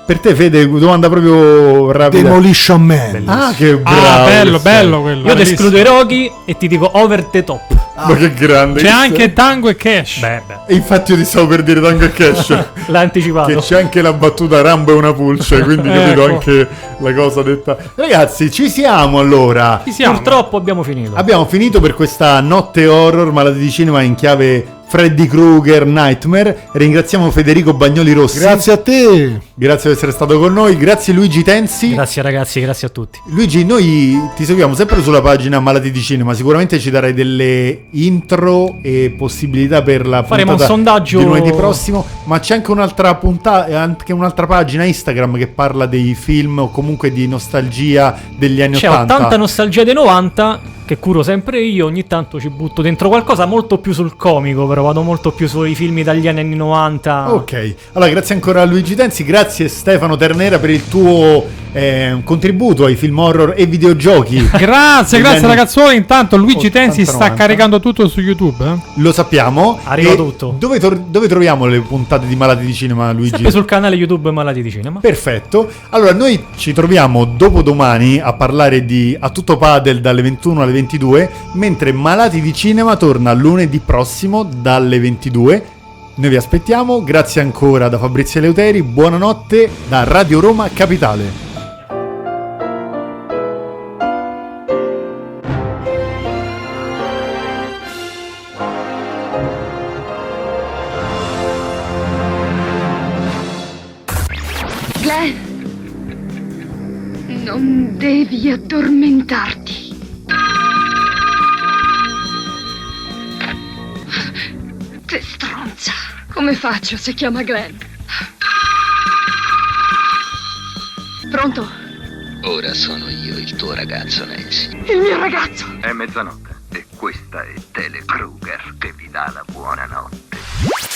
S3: Per te, Fede, domanda proprio rapida.
S6: Demolition Man.
S3: ah, che bravo.
S4: ah, bello,
S3: che sei.
S4: bello quello.
S5: Io ti
S4: bellissimo.
S5: escludo i Rocky e ti dico over the top.
S3: Ma che grande.
S4: C'è
S3: che
S4: anche
S3: sei.
S4: Tango e Cash.
S5: Beh, beh.
S3: E Infatti io ti stavo per dire Tango e Cash.
S5: L'ha
S3: Che
S5: anticipato.
S3: c'è anche la battuta Rambo è una pulce, quindi capito
S4: Ecco.
S3: anche la cosa detta. Ragazzi, ci siamo allora.
S4: Chi siamo?
S5: Purtroppo abbiamo finito.
S3: Abbiamo finito per questa notte horror, malati di cinema in chiave Freddy Krueger Nightmare. Ringraziamo Federico Bagnoli Rossi.
S6: Grazie a te.
S3: Grazie per essere stato con noi. Grazie Luigi Tensi.
S5: Grazie ragazzi, grazie a tutti.
S3: Luigi, noi ti seguiamo sempre sulla pagina Malati di Cinema. Sicuramente ci darai delle intro e possibilità per la
S5: Faremo un
S3: puntata
S5: sondaggio.
S3: di lunedì prossimo. Ma c'è anche un'altra puntata, anche un'altra pagina Instagram che parla dei film o comunque di nostalgia degli anni
S5: C'è
S3: 80.
S5: 80 nostalgia dei 90 che curo sempre io, ogni tanto ci butto dentro qualcosa molto più sul comico, però vado molto più sui film italiani anni 90.
S3: Ok, allora grazie ancora a Luigi Tenzi, grazie Stefano Ternera per il tuo eh, contributo ai film horror e videogiochi.
S4: Grazie, grazie
S3: Bene.
S4: ragazzuoli. Intanto Luigi
S3: 80,
S4: Tensi sta
S3: 90.
S4: caricando tutto su YouTube. eh.
S3: Lo sappiamo.
S5: Arriva
S3: E
S5: tutto.
S3: Dove, tor- dove troviamo le puntate di Malati di Cinema, Luigi?
S5: Sempre sul canale YouTube Malati di Cinema.
S3: Perfetto, allora noi ci troviamo dopodomani a parlare di A tutto padel dalle 21 alle 22, mentre Malati di Cinema torna lunedì prossimo dalle 22. Noi vi aspettiamo, grazie ancora da Fabrizio Eleuteri, buonanotte da Radio Roma Capitale.
S1: Glenn, Non devi addormentarti. Che stronza! Come faccio se chiama Glenn? Pronto?
S7: Ora sono io il tuo ragazzo, Nancy.
S1: Il mio ragazzo!
S7: È mezzanotte e questa è Tele Kruger che vi dà la buonanotte.